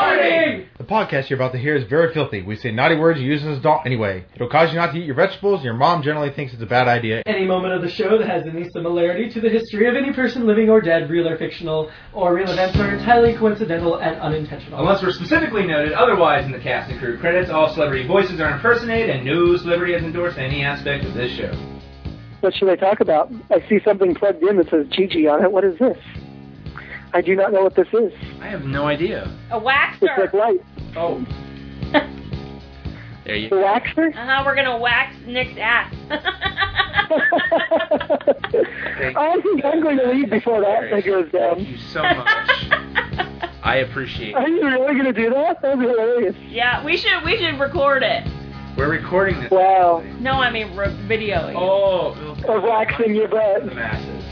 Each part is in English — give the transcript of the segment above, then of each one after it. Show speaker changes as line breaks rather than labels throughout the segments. Warning!
The podcast you're about to hear is very filthy. We say naughty words you use as an adult anyway. It'll cause you not to eat your vegetables, and your mom generally thinks it's a bad idea.
Any moment of the show that has any similarity to the history of any person living or dead, real or fictional, or real events are entirely coincidental and unintentional.
Unless we're specifically noted otherwise in the cast and crew credits, all celebrity voices are impersonated, and no celebrity has endorsed any aspect of this show.
What should I talk about? I see something plugged in that says Gigi on it. What is this? I do not know what this is.
I have no idea.
A
It's like
waxer.
light.
Oh. there you
The waxer?
Uh-huh, we're gonna wax Nick's ass.
I think I'm going to leave before that thing goes
Thank
down.
you so much. I appreciate it.
Are you really going to do that? That would be hilarious.
yeah, we should we should record it.
We're recording this.
Wow.
No, I mean re- video. it.
Oh.
Of waxing your butt.
The masses.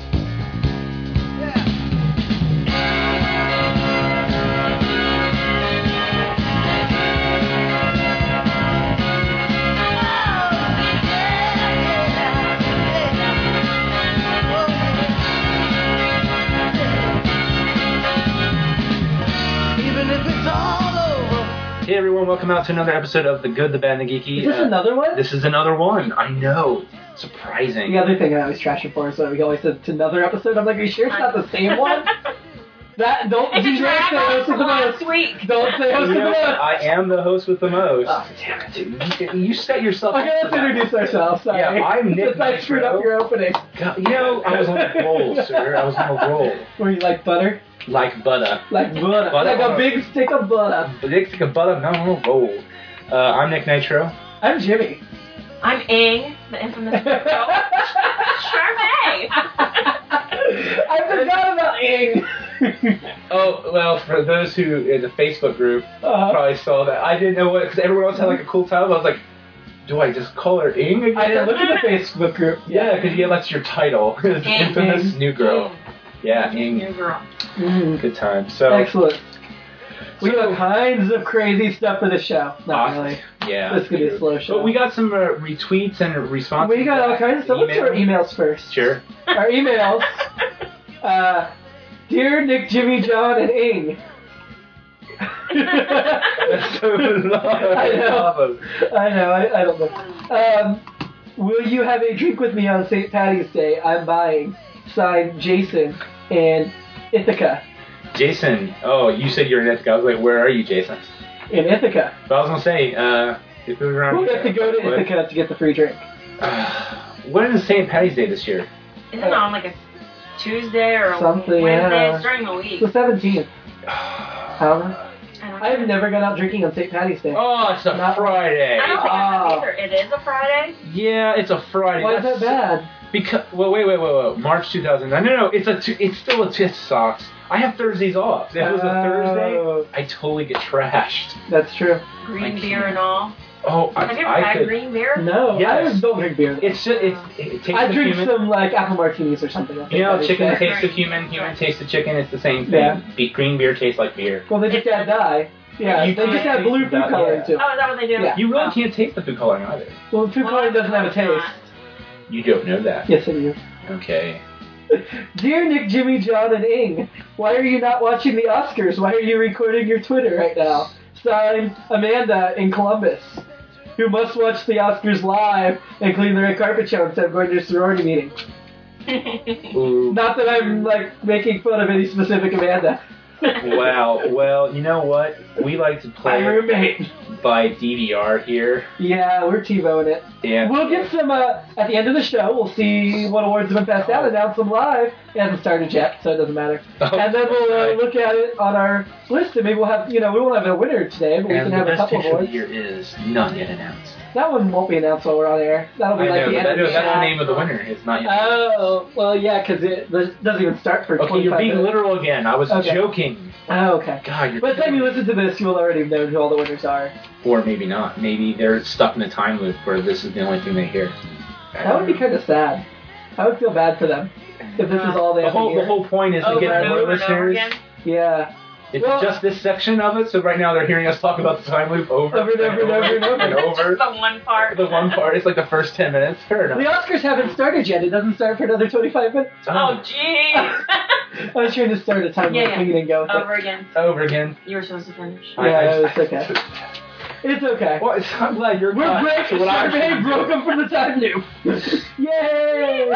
Hey everyone, welcome out to another episode of The Good, the Bad, and the Geeky.
is this
Uh,
another one?
This is another one. I know. Surprising.
the other thing I always trash it for is that we always said it's another episode. I'm like, are you sure it's not the same one? That don't "Oh,
it's
do
a
not
drag
say
on
host
for
of the
last
most.
week.
Don't say host
You
of the
know,
most.
I am the host with the most.
Oh, damn it.
You- You set yourself
Okay,
up.
let's introduce ourselves. Sorry.
Yeah, I'm Nick
Since I screwed
Nitro.
up your opening.
God, you know, I was on a roll, sir. I was on a roll.
Were you like butter?
Like butter.
Like butter.
Butter.
Like a big stick of butter.
But Nick took a butter, no, no, roll. Uh, I'm Nick Nitro.
I'm Jimmy.
I'm Ing, the infamous girl. Charmaine.
I forgot about Ing.
Oh, well, for those who in the Facebook group
Uh,
probably saw that, I didn't know what, because everyone else had like a cool title. I was like, do I just call her Ing again?
I didn't look at the Facebook group.
Yeah, because yeah, that's your title. It's
Ing.
infamous new girl. Yeah, Ing.
New girl.
Mhm.
Good time. So,
Excellent. We
Mm. So-
have all kinds of crazy stuff for the show. Not
Awesome.
really.
yeah.
This is gonna be a slow show.
But we got some uh, retweets and responses.
We got all kinds of stuff. Let's do our
Email.
emails first.
Sure.
Our emails. Uh, Dear Nick, Jimmy, John, and Ing.
That's so love.
I know. I know, I, I don't know. Um, will you have a drink with me on St. Patty's Day? I'm buying. Signed, Jason and Ithaca.
Jason, oh, you said you're in Ithaca. I was like, where are you, Jason?
In Ithaca.
But I was gonna say, uh, if we were on,
We have to go to
what,
Ithaca to get the free drink.
Uh, when is St. Patty's Day this year?
Isn't it on like a Tuesday or a
Something,
Wednesday?
yeah.
It's during the week.
It's the 17th.
oh,
Um,
I don't
I've
know.
never gone out drinking on St. Patty's Day.
it's a
Not-
Friday.
I don't think
Ah.
I have either. It is a Friday.
Yeah, it's a Friday.
Why is that bad?
Because well, wait, wait, wait, wait. March 2009. No, no, it's a. T- it's still a tit socks. I have Thursdays off. If it was a Thursday,
Oh,
I totally get trashed.
That's true.
Green
I
beer
can't.
and all.
Oh, I,
Have you ever
I
had
could.
green beer?
No, I
Yes.
just don't drink beer.
It's just it's, it, it takes
I
the
drink
human.
some like apple martinis or something. on
You
St.
know,
Patty's
chicken
Day.
tastes of human, human tastes of chicken. It's the same thing.
Yeah.
Be- green beer tastes like beer.
Well, they just add dye. Yeah,
You
they just
can't
add blue
taste
food
that,
coloring
yeah.
to it.
Oh, is that what they do?
Yeah.
You really
Oh.
can't taste the food coloring either.
Well, food
Well,
coloring doesn't have a
it's not.
taste.
You don't know that.
Yes, I do.
Okay.
Dear Nick, Jimmy, John, and Ing, why are you not watching the Oscars? Why are you recording your Twitter right now? Signed, Amanda in Columbus, who must watch the Oscars live and clean the red carpet show instead of going to a sorority meeting.
Ooh.
Not that I'm like making fun of any specific Amanda.
wow. Well, you know what? We like to
My
play it
roommate.
by DVR here.
Yeah, we're TiVoing it.
Yeah.
We'll get some uh, at the end of the show. We'll see what awards have been passed out, announce them live. It hasn't started yet, so it doesn't matter.
Oh,
And then we'll uh,
right.
look at it on our list, and maybe we'll have you know we won't have a winner today, but we
And
can have
the
a
best
couple
picture of
awards.
the year is not yet announced.
That one won't be announced while we're on air. That'll be
I
like
know,
the
but
end.
that,
of
that's
the
the
show.
name of the winner. It's not yet.
Oh well, yeah, because it this doesn't even start for
okay,
25
you're being
minutes.
literal again. I was
Okay.
joking.
Oh, okay.
God, you're.
By the time you listen to this, you'll already have known who all the winners are.
or maybe not. Maybe they're stuck in a time loop where this is the only thing they hear.
That would be kind of sad. I would feel bad for them if this is all they
the
have to
whole the
hear.
whole point is to
Over
get
and
more
over and over
listeners.
again.
Yeah.
It's
Well-
just this section of it, so right now they're hearing us talk about the time loop over
Over and over and over and over.
and over.
Just the one part.
The one part is like the first ten minutes. Fair
The
enough.
Oscars haven't started yet. It doesn't start for another 25 minutes.
Oh, jeez.
I was trying to start a time
Yeah,
yeah,
yeah.
we didn't go with
Over again.
over again.
You were supposed to finish.
Yeah, it's okay. it. It's okay. Uh,
Well, it's, I'm glad you're
We're
caught.
great.
So what I-
Charmaine broke him from the time loop. Yay!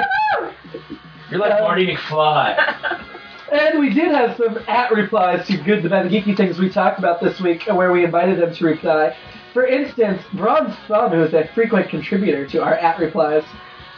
You're like Marty McFly.
And we did have some at replies to good, the bad, and geeky things we talked about this week, and where we invited them to reply. For instance, Bronze Thumb, who is a frequent contributor to our at replies,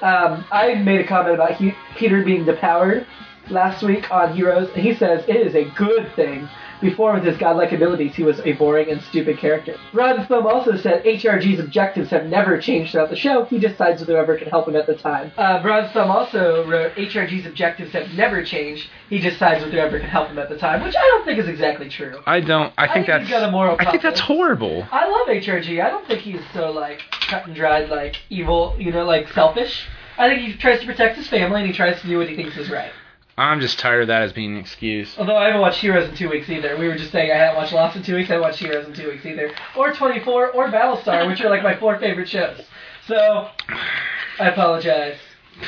um, I made a comment about he- Peter being depowered last week on Heroes, and he says it is a good thing. Before, with his godlike abilities, he was a boring and stupid character. Ron Thumb also said HRG's objectives have never changed throughout the show. He just sides with whoever can help him at the time. Uh, Ron Thumb also wrote HRG's objectives have never changed. He just sides with whoever can help him at the time, which I don't think is exactly true.
I don't. I think
think
that's.
he's got a moral
I think that's
compass.
horrible.
I love HRG. I don't think he's so like cut and dried, like evil, you know, like selfish. I think he tries to protect his family and he tries to do what he thinks is right.
I'm just tired of that as being an excuse.
Although I haven't watched Heroes in two weeks either. We were just saying I haven't watched Lost in two weeks. I haven't watched Heroes in two weeks either, or 24, or Battlestar, which are like my four favorite shows. So I apologize,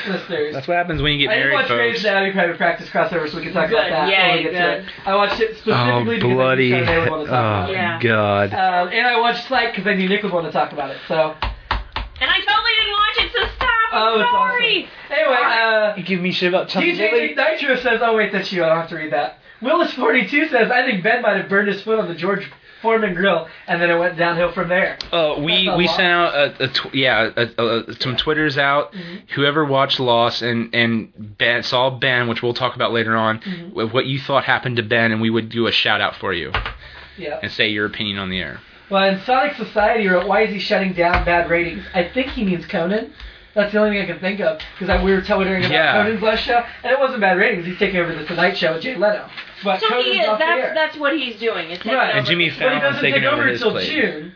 listeners.
That's what happens when you get
I did
married,
watch
folks.
Grey's Anatomy Private Practice crossover, so we can talk about
Good.
that when we
Yay,
get to it. I watched it
Oh
specifically because
bloody!
I knew Charmaine would want to talk about
Oh
it.
Yeah.
god!
Um, and I watched Psych because I knew Nick would want to talk about it. So
And I totally didn't watch it, so stop.
Oh,
I'm
it's
sorry.
anyway, uh,
You give me shit about Chunky
DJ Nitro says, "Oh wait, that's you. I don't have to read that." Willis42 says, "I think Ben might have burned his foot on the George Foreman grill, and then it went downhill from there."
Uh, we
That's a
we
lot.
sent out a, a tw- yeah a, a, a, some twitters out.
Mm-hmm.
Whoever watched Lost and and ben, saw Ben, which we'll talk about later on,
Mm-hmm.
wh- what you thought happened to Ben, and we would do a shout out for you
Yeah.
and say your opinion on the air.
Well, in Sonic Society wrote, "Why is he shutting down bad ratings?" I think he means Conan. That's the only thing I can think of because we were twittering about
Yeah.
Conan's last show, and it wasn't bad ratings. He's taking over the Tonight Show with Jay Leno, but
So
Conan's
he
off
is.
the air.
That's that's what he's doing. It's taking
Right.
over
And Jimmy
his-
But he
Fallon's
doesn't
taking
take
over
over
his
until
place.
June.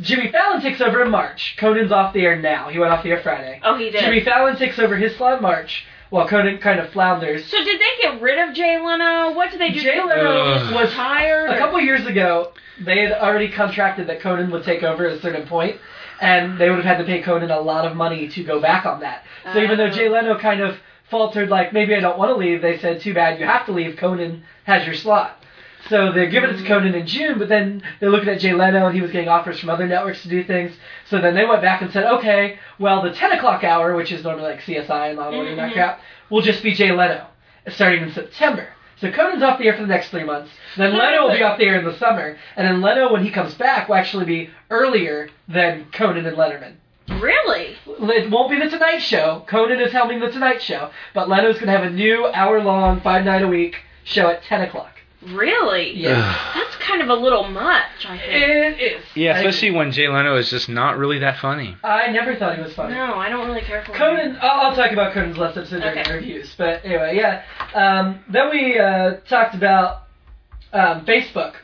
Jimmy Fallon takes over in March. Conan's off the air now. He went off the air Friday.
Oh, he did.
Jimmy Fallon takes over his slot in March, while Conan kind of flounders.
so did they get rid of Jay Leno? What did they do?
Jay Leno
Ugh.
was
hired.
a couple years ago. They had already contracted that Conan would take over at a certain point, and they would have had to pay Conan a lot of money to go back on that. So even though
Oh.
Jay Leno kind of faltered, like maybe I don't want to leave, they said, "Too bad, you have to leave. Conan has your slot." So they're giving it to Conan in June, but then they're looking at Jay Leno, and he was getting offers from other networks to do things. So then they went back and said, okay, well, the 10 o'clock hour, which is normally like CSI and Law and Order and that crap, will just be Jay Leno starting in September. So Conan's off the air for the next three months. Then Leno will be off the air in the summer. And then Leno, when he comes back, will actually be earlier than Conan and Letterman.
Really?
It won't be the Tonight Show. Conan is helming the Tonight Show. But Leno's going to have a new hour long, five night a week show at 10 o'clock.
Really?
Yeah.
That's kind of a little much, I think.
It is.
Yeah,
I-
especially when Jay Leno is just not really that funny.
I, never thought he was funny.
No, I don't really care for
Conan, I'll, I'll talk about Conan's last episode during
Okay.
the reviews. But anyway, yeah. Um, then we uh, talked about um, Facebook,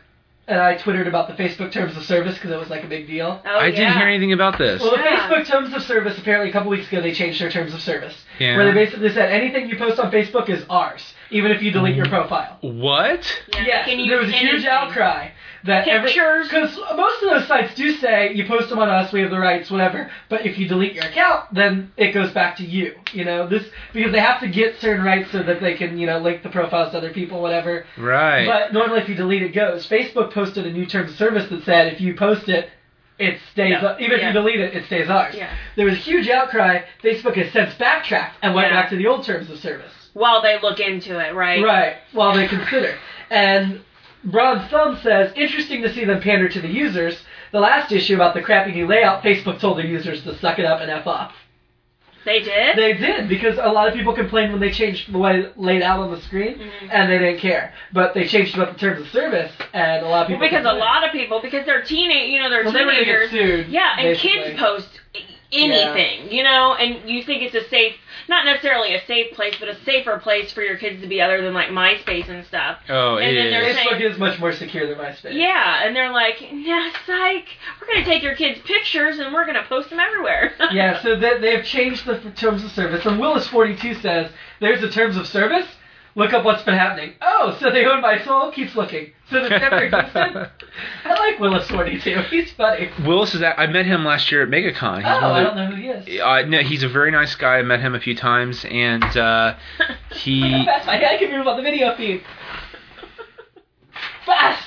and I twittered about the Facebook terms of service because it was like a big deal.
Oh,
I didn't
yeah.
hear anything about this.
Well, the
Yeah.
Facebook terms of service apparently a couple weeks ago they changed their terms of service,
Yeah.
where they basically said anything you post on Facebook is ours, even if you delete your profile.
what?
Yeah,
Yes,
can you
there was a huge
anything?
outcry that
Pictures.
because most of those sites do say you post them on us, we have the rights, whatever. But if you delete your account, then it goes back to you. You know this because they have to get certain rights so that they can you know link the profiles to other people, whatever.
Right.
But normally, if you delete, it goes. Facebook posted a new terms of service that said if you post it, it stays.
No.
Even if
Yeah.
you delete it, it stays ours.
Yeah.
There was a huge outcry. Facebook has since backtracked and went
Yeah.
back to the old terms of service.
While they look into it, right?
Right, while they consider. And Bronze Thumb says, interesting to see them pander to the users. The last issue about the crappy new layout, Facebook told their users to suck it up and F off.
They did.
They did, because a lot of people complained when they changed the way it laid out on the screen,
Mm-hmm.
and they didn't care. But they changed about the terms of service, and a lot of people.
Well, because a
complained.
lot of people, because they're teenage, you know, they're
Well, they were gonna get
teenagers.
sued.
yeah, and
basically.
kids post i- anything, you know, and you think it's a safe, not necessarily a safe place, but a safer place for your kids to be other than like MySpace and stuff.
oh,
and
it
then
is.
there's-
Facebook is much more secure than MySpace.
Yeah, and they're like, yeah, psych. We're gonna take your kids' pictures and we're gonna post them everywhere.
yeah, so they, they've changed the f- terms of service. And Willis42 says, there's the terms of service? Look up what's been happening. Oh, so they own my soul? Keeps looking. So they've never existed? I like Willis 42. He's funny.
Willis is at, I met him last year at MegaCon. He's
Oh,
one
I
of
don't know who he is.
the- uh, no, he's a very nice guy. I met him a few times, and uh,
Look how
he
fast my guy can move on the video feed. Fast!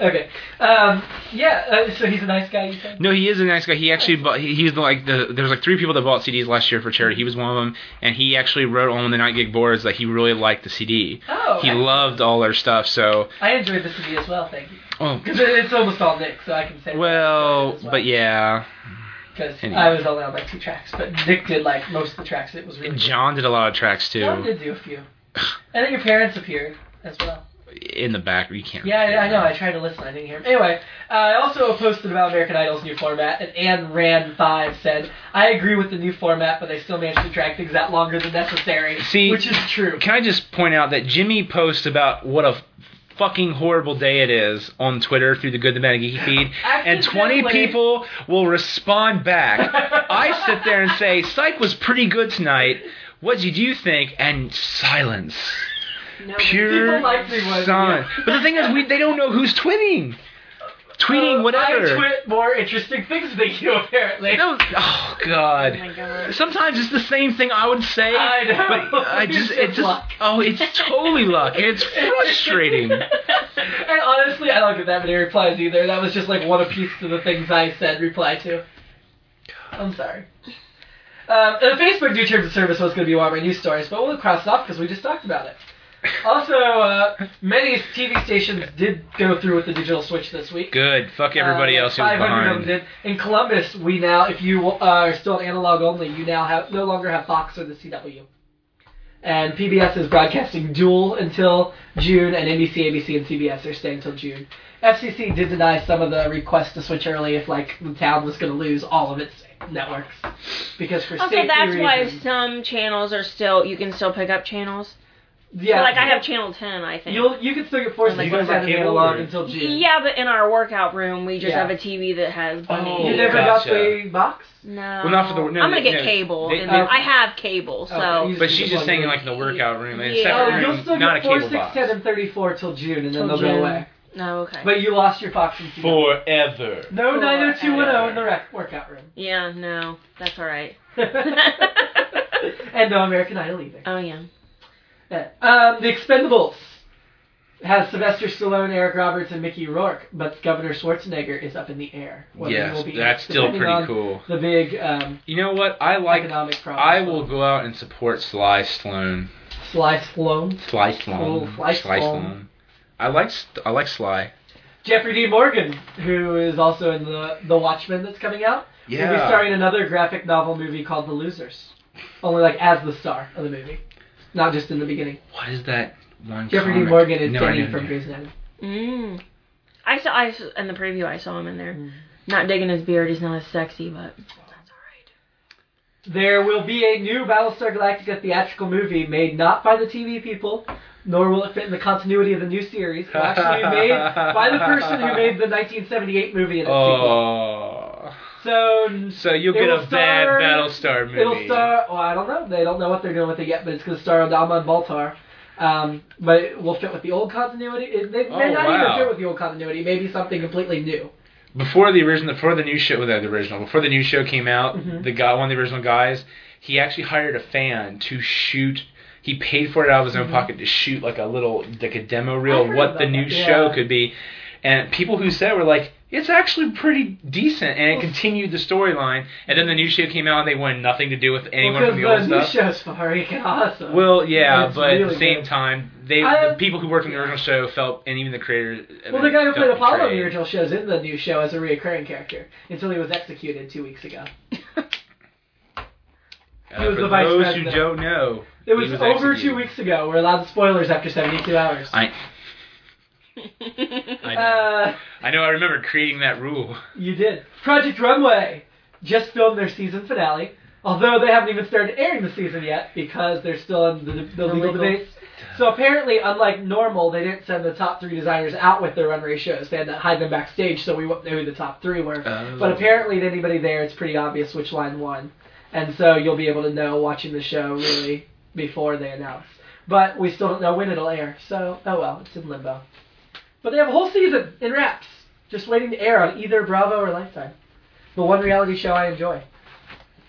Okay. Um, yeah, uh, so he's a nice guy, you said?
no, he is a nice guy. He actually bought. He, he's like the there was like three people that bought CDs last year for charity. He was one of them, and he actually wrote on the night gig boards that he really liked the CD.
Oh,
He
I-
loved all our stuff. So
I enjoyed this movie as well, thank you.
oh
Because it's almost all Nick, so I can say
well, but yeah,
Because
anyway.
I was only on like two tracks, but Nick did like most of the tracks. It was really cool.
John did a lot of tracks
John
too
did do a few. And then your parents appeared as well.
in the back. You can't.
Yeah, I, I know. I tried to listen. I didn't hear him. Anyway, uh, I also posted about American Idol's new format, and Anne Ran5 said, I agree with the new format, but they still managed to drag things out longer than necessary.
See-
which is true.
Can I just point out that Jimmy posts about what a fucking horrible day it is on Twitter through the Good, the Bad, and Geeky feed, and 20
Accidentally.
people will respond back. I sit there and say, Psych was pretty good tonight. What did you think? And silence.
No,
Pure
People like me when-
silence. But the thing is, we, they don't know who's tweeting. Tweeting
Uh, I
whatever.
tweet more interesting things than you, apparently.
no, oh,
Oh
God.
my god.
Sometimes it's the same thing I would say.
I know.
But I just,
It's
it just,
luck.
oh, it's totally luck. and It's frustrating.
And honestly, I don't get that many replies either. That was just like one apiece to the things I said reply to. I'm sorry. Um, and the Facebook new terms of service was going to be one of my news stories, but we'll cross it off because we just talked about it. Also, uh, many TV stations did go through with the digital switch this week.
Good. Fuck everybody
Uh,
else who's
500
behind.
of them did. In Columbus, we now, if you uh, are still analog only, you now have no longer have Fox or the CW. And PBS is broadcasting dual until June, and NBC, ABC, and CBS are staying till June. FCC did deny some of the requests to switch early if, like, the town was going to lose all of its networks because for
Also,
safety
that's why
reasons.
some channels are still you can still pick up channels.
Yeah,
like I have channel ten, I think.
You'll you can still get forced
Like,
to
you
switch
guys have
out of
cable
analog
or-
until June.
yeah, but in our workout room, we just
Yeah.
have a TV that has
Oh,
bunny.
you never
gotcha.
got the box.
No.
Well, not for the- no,
I'm gonna
they-
get
no,
cable.
they- Oh,
and
they-
I have cable, so.
Okay, Oh, you-
But she's just saying like in the workout room, in a
Yeah.
Oh,
separate
Or
you'll
room,
still
not a
get four,
cable
six,
box.
seven, thirty-four till June, and then
Till
they'll go
June.
away.
no, okay.
But you lost your Fox and CW.
Forever.
No,
Four.
90210 in the rec- workout room.
yeah, no, that's all right.
and no American Idol either.
Oh yeah.
Um, the Expendables has Sylvester Stallone, Eric Roberts, and Mickey Rourke, but Governor Schwarzenegger is up in the air. Whether he
Yes,
will be
that's
in,
still
depending
pretty
on
cool.
The big um,
You know what? I like.
economic problem.
I will go out and support Sly Sloan.
Sly Sloan.
Sly Sloan.
Oh, Sly Sloan.
I like. St- I like Sly.
Jeffrey D. Morgan, who is also in the the Watchmen that's coming out. will be starring in another graphic novel movie called The Losers. Only like as the star of the movie, not just in the beginning.
What is that one?
Jeffrey D.
comic?
Morgan is
No, I
Danny
know.
from Grey's Anatomy.
Mm. I saw. I saw- in the preview. I saw him in there.
Mm.
Not digging his beard. He's not as sexy, but that's all right.
There will be a new Battlestar Galactica theatrical movie made not by the TV people, nor will it fit in the continuity of the new series. It'll actually be made by the person who made the 1978 movie and its sequel.
Oh.
So
So you'll
It
get
will
a bad
star-
Battlestar movie.
It'll star. Well, I don't know. They don't know what they're doing with it yet, but it's going to star Adama and Baltar. Um, but it will fit with the old continuity. It may, may
Oh,
not
wow.
even fit with the old continuity. Maybe something completely new.
before the original, before the new show, well, the original, before the new show came out,
Mm-hmm.
the guy, one of the original guys, he actually hired a fan to shoot. He paid for it out of his own pocket to shoot like a little, like a demo reel, of
Mm-hmm. heard
what the
about
new
that,
show
yeah.
could be, and people who said were like, it's actually pretty decent, and it
Well,
continued the storyline. And then the new show came out, and they wanted nothing to do with anyone
because
from the old
new
stuff.
show's fucking awesome.
Well, yeah,
It's
but at
really
the same
good.
time, they
I-
the people who worked on the original show felt, and even the creator.
Well, the guy who
felt
played Apollo in
betrayed.
the original show is in the new show as a reoccurring character until he was executed two weeks ago.
Uh,
He was
for
the vice
those
president.
who don't know,
It was,
he was
over two
executed.
weeks ago. We're allowed spoilers after 72 hours.
I. I know.
uh,
I know. I remember creating that rule.
you did. Project Runway just filmed their season finale, although they haven't even started airing the season yet because they're still in the, the legal
legal.
debates. So apparently, unlike normal, they didn't send the top three designers out with their run ratios. They had to hide them backstage, so we won't know who the top three were.
Oh.
But apparently, to anybody there, it's pretty obvious which line won, and so you'll be able to know watching the show really before they announce. But we still don't know when it'll air, so oh well, it's in limbo. But they have a whole season in wraps, just waiting to air on either Bravo or Lifetime. The one reality show I enjoy.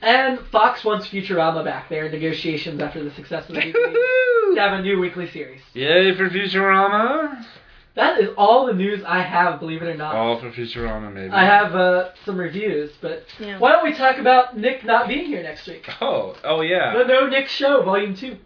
And Fox wants Futurama back. They are in negotiations after the success of the DVD to have a new weekly series.
Yay for Futurama!
That is all the news I have, believe it or not.
All for Futurama, maybe.
Uh, I have uh, some reviews, but
Yeah.
why don't we talk about Nick not being here next week?
Oh, oh yeah. oh?
The No Nick Show, Volume 2.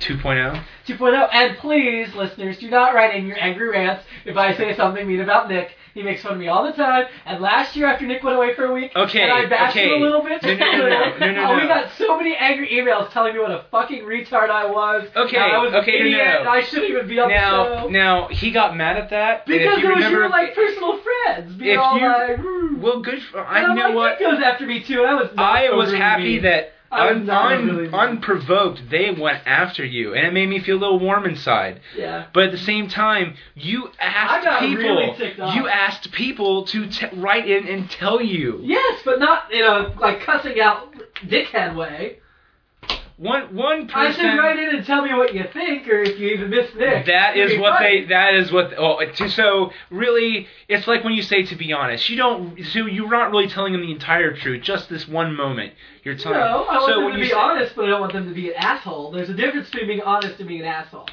2.0.
2.0. oh. And please, listeners, do not write in your angry rants if I say something mean about Nick. He makes fun of me all the time. And last year, after Nick went away for a week,
Okay,
and I bashed
okay.
him a little bit.
No, no, no, no, no, no,
Oh, we
no.
got so many angry emails telling me what a fucking retard I was.
Okay,
and I was
okay,
an
no, no,
idiot,
no.
and I shouldn't even be on the
Now,
show.
now he got mad at that. and if
because
you
it was
remember,
your like personal friends being
if
all
you-
like, "Ooh."
well, good. For,
and
I
I'm
know
like,
what.
Nick goes after me too. And I was not
I was
overly
happy
mean.
that
I was
un,
not
un-
overly mean.
unprovoked they went after you, and it made me feel a little warm inside.
yeah.
But at the same time, you
I got
asked people.
really ticked off.
You asked people to t- write in and tell you.
Yes, but not in a like cussing out dickhead way.
One one
I
person.
said write in and tell me what you think, or if you even miss Nick.
That
It'd
is
be
what
funny.
they. That is what. Oh, to, so really, it's like when you say to be honest. You don't. So you're not really telling them the entire truth. Just this one moment. You're telling.
No, I want
so
them
when
to
you
be
say-
honest, but I don't want them to be an asshole. There's a difference between being honest and being an asshole.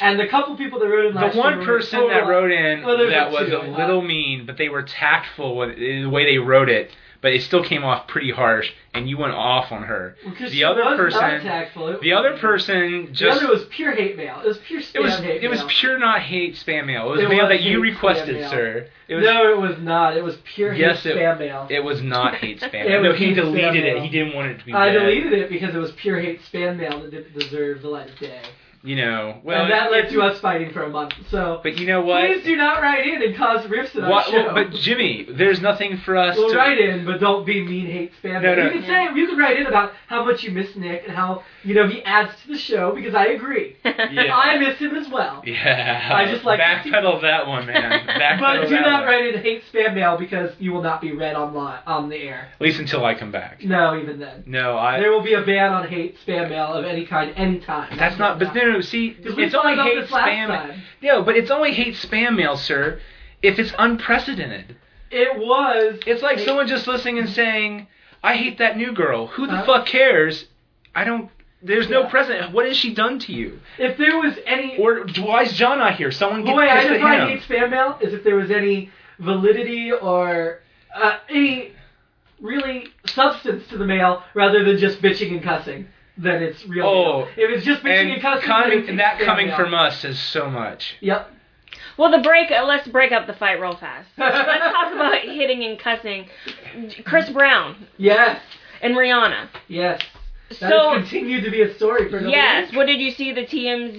And the couple people that wrote in
The
last year
one
were
person
total-
that wrote in
Well, there's
that
a
was
two,
a
I
little
thought.
mean, but they were tactful with in the way they wrote it. But it still came off pretty harsh, and you went off on her.
Because
the
she
other
was
person-
not tactful. It-
The other person
The
just
other was pure hate mail. It was pure spam
it was
hate
it was
mail.
pure not hate spam mail. It was
It
mail
was
that you
hate spam
requested,
mail.
sir. It was
no, it was not. It was pure
Yes,
hate
it-
spam mail.
It was not hate spam.
It
no,
was
he
hate spam
deleted it.
mail.
He didn't want it to be.
I
read.
deleted it because it was pure hate spam mail that didn't deserve the light of day.
You know. Well,
and that led
it-
to us fighting for a month. So
But you know what?
please do not write in and cause rifts in our
Why-
show.
well, but Jimmy, there's nothing for us
Well,
to.
write in, but don't be mean hate spam.
No, no.
You can say you can write in about how much you miss Nick and how you know he adds to the show because I agree.
Yeah.
I miss him as well.
Yeah.
I just like-
backpedal that one, man. Backpedal
But do
that
not
one.
write in hate spam mail because you will not be read online on the air.
At least until I come back.
No, even then.
No, I.
There will be a ban on hate spam mail of any kind, anytime.
that's not. But no, no. See,
Because we
it's only
found out
hate
this last
spam.
time.
No, but it's only hate spam mail, sir. If it's unprecedented,
It was.
it's like
Hate-
someone just listening and saying, "I hate that new girl. Who the
Huh?
fuck cares? I don't. There's
Uh-huh. Yeah.
no precedent. What has she done to you?
If there was any
Or why is John not here? Someone
The
get
way I
pissed at
define
him.
hate spam mail is if there was any validity or uh, any really substance to the mail rather than just bitching and cussing, then it's real.
Oh,
mail. if it's just bitching and,
And,
cussing,
con-
then it's
and that
spam
coming
mail.
from us is so much.
Yep.
Well, the break. Uh, let's break up the fight real fast. Let's talk about hitting and cussing. Chris Brown
Yes.
and Rihanna.
Yes. That
So-
has continued to be a story for another
Yes.
week.
What did you see? The TMZ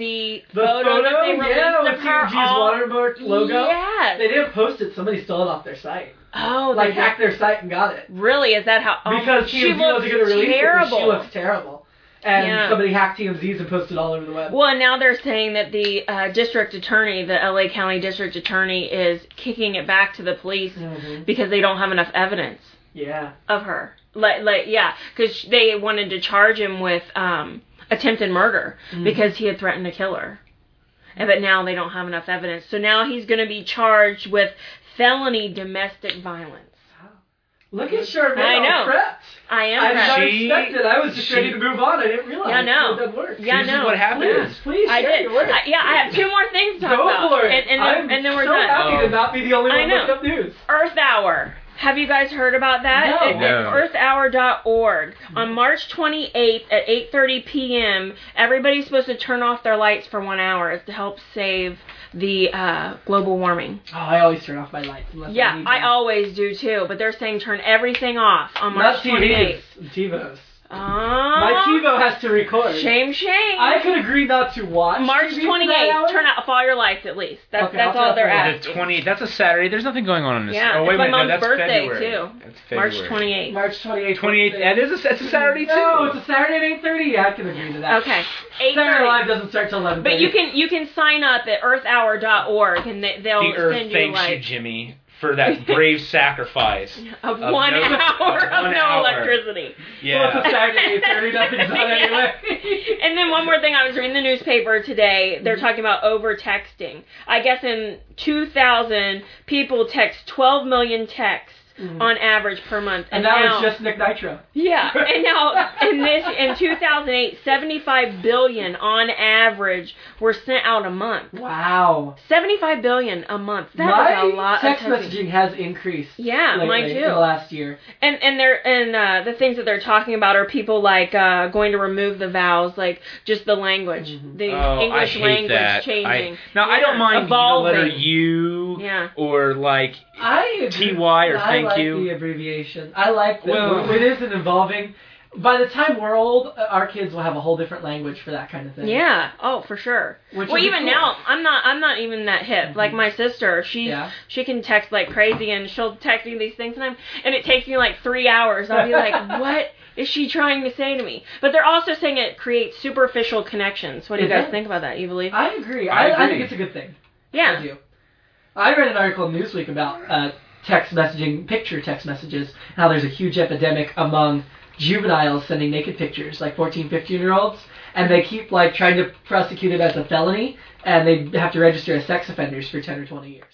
The
photo, that they released
yeah, with
of her
TMG's
all-
watermark logo.
Yes.
They didn't post it. Somebody stole it off their site.
oh,
Like
they did-
hacked their site and got it.
Really? Is that how? oh,
because
she
TMZ wasn't
looks
going to release
terrible.
it. She looks terrible. And
Yeah.
somebody hacked TMZ's and posted all over the web.
Well, and now they're saying that the uh, district attorney, the LA County district attorney, is kicking it back to the police
Mhm.
because they don't have enough evidence
Yeah.
of her. Like, like, yeah, because they wanted to charge him with um, attempted murder because he had threatened to kill her, and but now they don't have enough evidence. So now he's going to be charged with felony domestic violence.
Look at Charmaine.
I know.
all prepped.
I am.
I did
correct.
not
She-
expect it. I was just
she-
ready to move on. I didn't realize
Yeah, no.
it would work.
Yeah,
This
no.
is what
Please,
happens.
please,
I
share
did.
your work.
I- yeah, I have two more things to
Go
talk about,
for it.
And, and, then,
I'm
and then we're
so
done.
happy
Oh.
to not be the only
I
one
know.
looked up news.
Earth Hour. Have you guys heard about that?
No.
It-
No.
It's earthhour.org. On March 28th at 8:30 p.m., everybody's supposed to turn off their lights for 1 hour. It's to help save the uh, global warming.
Oh, I always turn off my lights unless I
yeah,
need
I
them.
always do too, but they're saying turn everything off on March
Not TVs.
28th.
TiVos. My
Uh,
TiVo has to record.
shame, shame.
I could agree not to watch.
March
TV for that
28th,
hour.
turn off all your lights at least. That's
Okay,
that's
I'll
all they're
turn off
The
asking.
twenty. That's a Saturday. There's nothing going on on this.
Yeah,
oh wait
it's
a minute.
my
no,
mom's
that's
birthday,
February.
too.
That's
March
February.
28th.
March 28th.
28. That is a, that's a Saturday too.
No, it's a Saturday at 8.30. Yeah, I can agree to that.
Okay. 8:30.
Saturday Night Live doesn't start till 11.30.
But you can you can sign up at earthhour.org and they, they'll
the Earth
send you
thanks
like
you, Jimmy, for that brave sacrifice.
Of,
Of
one
no-
hour
of
of
one
no
hour.
Well,
electricity.
it's a
Yeah.
Saturday, 30 nothing's on anyway.
And then one more thing, I was reading the newspaper today. They're
Mm-hmm.
talking about over texting. I guess in 2000, people text 12 million texts
Mm-hmm.
on average per month.
And now it's just Nick Nitro.
yeah. And now in this in 2008, 75 billion on average were sent out a month.
Wow.
75 billion a month. That
My
is a lot
text
of texting.
messaging has increased.
Yeah,
lately,
mine too.
In the last year.
And and they're and uh, the things that they're talking about are people like uh, going to remove the vowels, like just the language,
Mm-hmm.
the
Oh, I
English
hate
language
that.
changing.
I, now I don't
Yeah,
mind
evolving.
the letter U
Yeah.
or like
I agree.
TY or
I
thank
like
you.
the abbreviation. I like that.
Well-
it isn't involving. By the time we're old, uh, our kids will have a whole different language for that kind of thing.
Yeah. Oh, for sure.
Which
well,
would be
even
cool. Mm-hmm.
now, I'm not. I'm not even that hip. Like my sister, she
Yeah.
she can text like crazy, and she'll text me these things, and I'm and it takes me like three hours. I'll be like, what is she trying to say to me? But they're also saying it creates superficial connections. What do you
It
guys
does.
think about that? You believe?
I agree.
I
I, I
agree.
think it's a good thing. I
yeah.
do. I read an article in Newsweek about uh, text messaging, picture text messages, how there's a huge epidemic among juveniles sending naked pictures, like 14, 15 year olds, and they keep like trying to prosecute it as a felony, and they have to register as sex offenders for 10 or 20 years.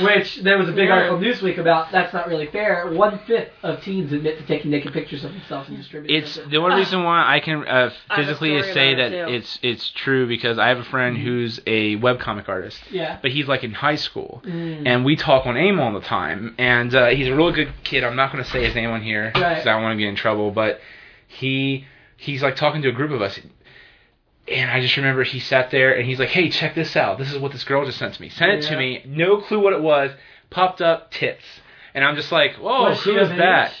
Which there was a big
Yeah.
article in Newsweek about. That's not really fair. One fifth of teens admit to taking naked pictures of themselves and distributing.
It's
them.
the only reason why I can uh,
I have a
physically
story
say
about
that
it, too.
it's it's true because I have a friend who's a webcomic artist,
yeah.
but he's like in high school, and we talk on AIM all the time, and uh, he's a real good kid. I'm not going to say his name on here because
Right.
I don't want to get in trouble, but he he's like talking to a group of us. And I just remember he sat there and he's like, "Hey, check this out. This is what this girl just sent to me. Sent it to
Yeah.
me. No clue what it was. Popped up tits." And I'm just like, "Whoa,
Was she
Oh, who is
of
that?"
age?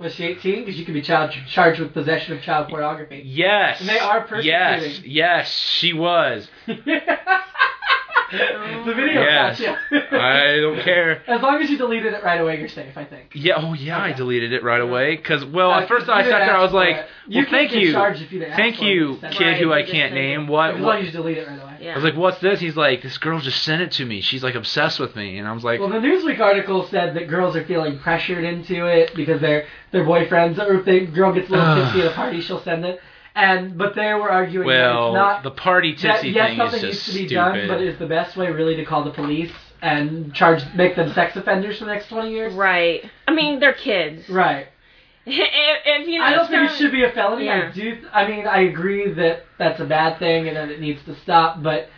Was she 18? Because you can be child charged with possession of child pornography.
Yes.
And they are
Yes.
persecuting.
Yes, she was.
the video
Yes.
got you.
I don't care.
as long as you deleted it right away, you're safe, I think.
Yeah. Oh, yeah. I deleted it right away because, well,
Uh,
at first I
you
sat
didn't
there. I
ask
was
for
like,
it.
"Well,
can't
thank
get
you,
charged if you didn't ask
thank
for it.
you,
That's
kid
right.
who I
You just
can't
send it.
name." What?
As long
what?
as you delete it right away.
Yeah.
I was like, "What's this?" He's like, "This girl just sent it to me. She's like obsessed with me," and I was like,
Well, the Newsweek article said that girls are feeling pressured into it because their their boyfriends, or if the girl gets a little
Ugh.
tipsy at a party, she'll send it. And but they were arguing
"Well,
that it's not
the party
that,
tipsy
yes,
thing
something
is
needs
just
to be
stupid."
done, but is the best way really to call the police and charge, make them sex offenders for the next twenty years?
Right. I mean, they're kids.
Right.
if, if, you know,
I don't think it
some-
should be a felony.
Yeah.
I do. I mean, I agree that that's a bad thing and that it needs to stop. But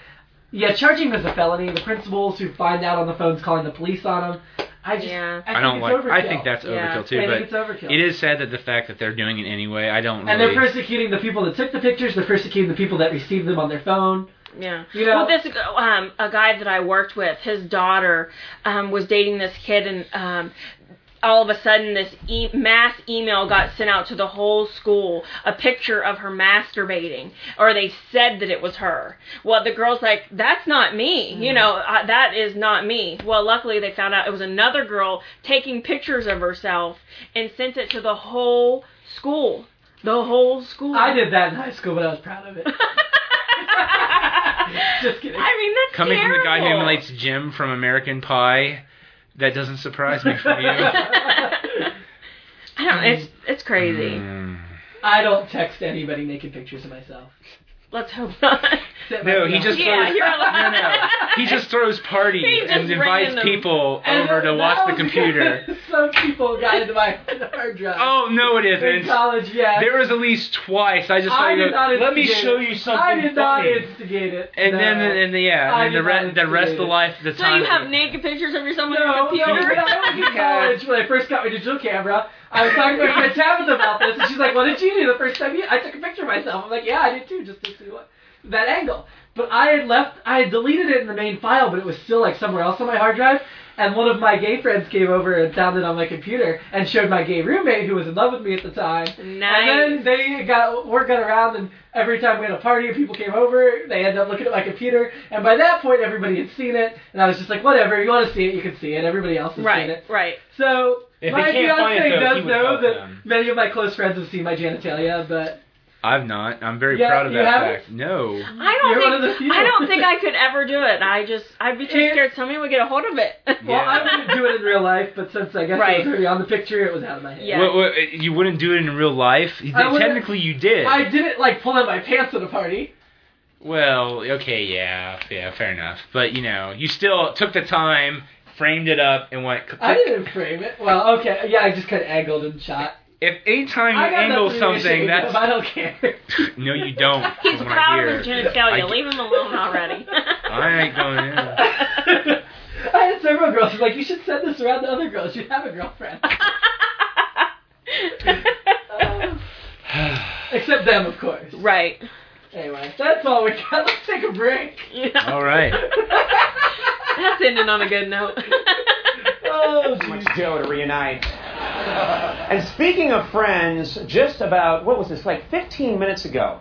yeah, charging them as a felony. The principals who find out on the phones calling the police on them. I just.
Yeah.
I,
I don't
think
like.
It's overkill.
I think that's
Yeah.
overkill too.
I
but
think it's overkill.
it is sad that the fact that they're doing it anyway. I
And
don't. really,
they're persecuting the people that took the pictures. They're persecuting the people that received them on their phone.
Yeah.
You know-
well, this um, a guy that I worked with, his daughter um, was dating this kid, and um, all of a sudden, this e- mass email got sent out to the whole school. A picture of her masturbating, or they said that it was her. Well, the girl's like, "That's not me.
Mm-hmm.
You know, uh, that is not me." Well, luckily, they found out it was another girl taking pictures of herself and sent it to the whole school. The whole school.
I did that in high school, but I was proud of it. Just kidding.
I mean, that's
Coming from the guy who
terrible.
emulates Jim from American Pie, that doesn't surprise me from you.
I don't. It's it's crazy.
Mm. Hmm.
I don't text anybody naked pictures of myself.
Let's hope not.
Except
No,
my
he
mom.
just
yeah,
throws,
you're allowed.
he just throws parties
He just
and invites
ran them.
people
And
over to
that
watch the
was
computer.
because Some people got into my hard drive.
Oh no, it
in
isn't.
college, yeah.
There was at least twice. I just
I
thought, you
did
know,
not
let me
instigate
show
it.
you something
I did not
funny.
instigate it.
and
no.
then, and, then yeah,
I
and the
did not
rest, the rest of
instigate
the
it.
life, the
So
time.
you have naked pictures of yourself on
No,
your
no,
computer.
when I was in college, when I first got my digital camera, I was talking to my friend Tabitha about this, and she's like, "What did you do the first time you?" I took a picture of myself. I'm like, "Yeah, I did too, just to see what that angle." But I had left, I had deleted it in the main file, but it was still like somewhere else on my hard drive. And one of my gay friends came over and found it on my computer and showed my gay roommate, who was in love with me at the time. And then they got word got around, and every time we had a party and people came over, they ended up looking at my computer. And by that point, everybody had seen it, and I was just like, whatever, you want to see it, you can see it. Everybody else has seen
right,
it.
right.
So
If they
my
can't find
fiance
it, though, he
does
would
know
help
that
them.
many of my close friends have seen my genitalia, but
I've not. I'm very
Yeah,
proud of
you
that
haven't?
fact. No.
I don't
You're
think
one of the few.
I don't think I could ever do it. I just I'd be too
Here-
scared somebody would get a hold of it.
Well,
Yeah.
I wouldn't do it in real life, but since I guess it
Right.
was already on the picture, it was out of my head.
Yeah.
What, what, you wouldn't do it in real life.
I wouldn't-
Technically, you did.
I didn't like pulling my pants at a party.
Well, okay, yeah, yeah, fair enough. But you know, you still took the time, framed it up, and went. click,
I
click.
didn't frame it. Well, okay, yeah, I just kind of angled and shot.
If any time
I
you
got
angle
nothing to
something,
shame
that's
of. I don't care.
no, you don't.
He's
from what I
proud
hear.
of his
I-
genitalia. Leave him alone already.
I ain't going in.
I had several girls who were like, you should send this around to other girls. You have a girlfriend. Uh, except them, of course.
right.
Anyway, that's all we got. Let's take a break.
All right.
That's ending on a good note.
Oh,
much
geez.
Joe to reunite. And speaking of friends, just about, what was this, like 15 minutes ago,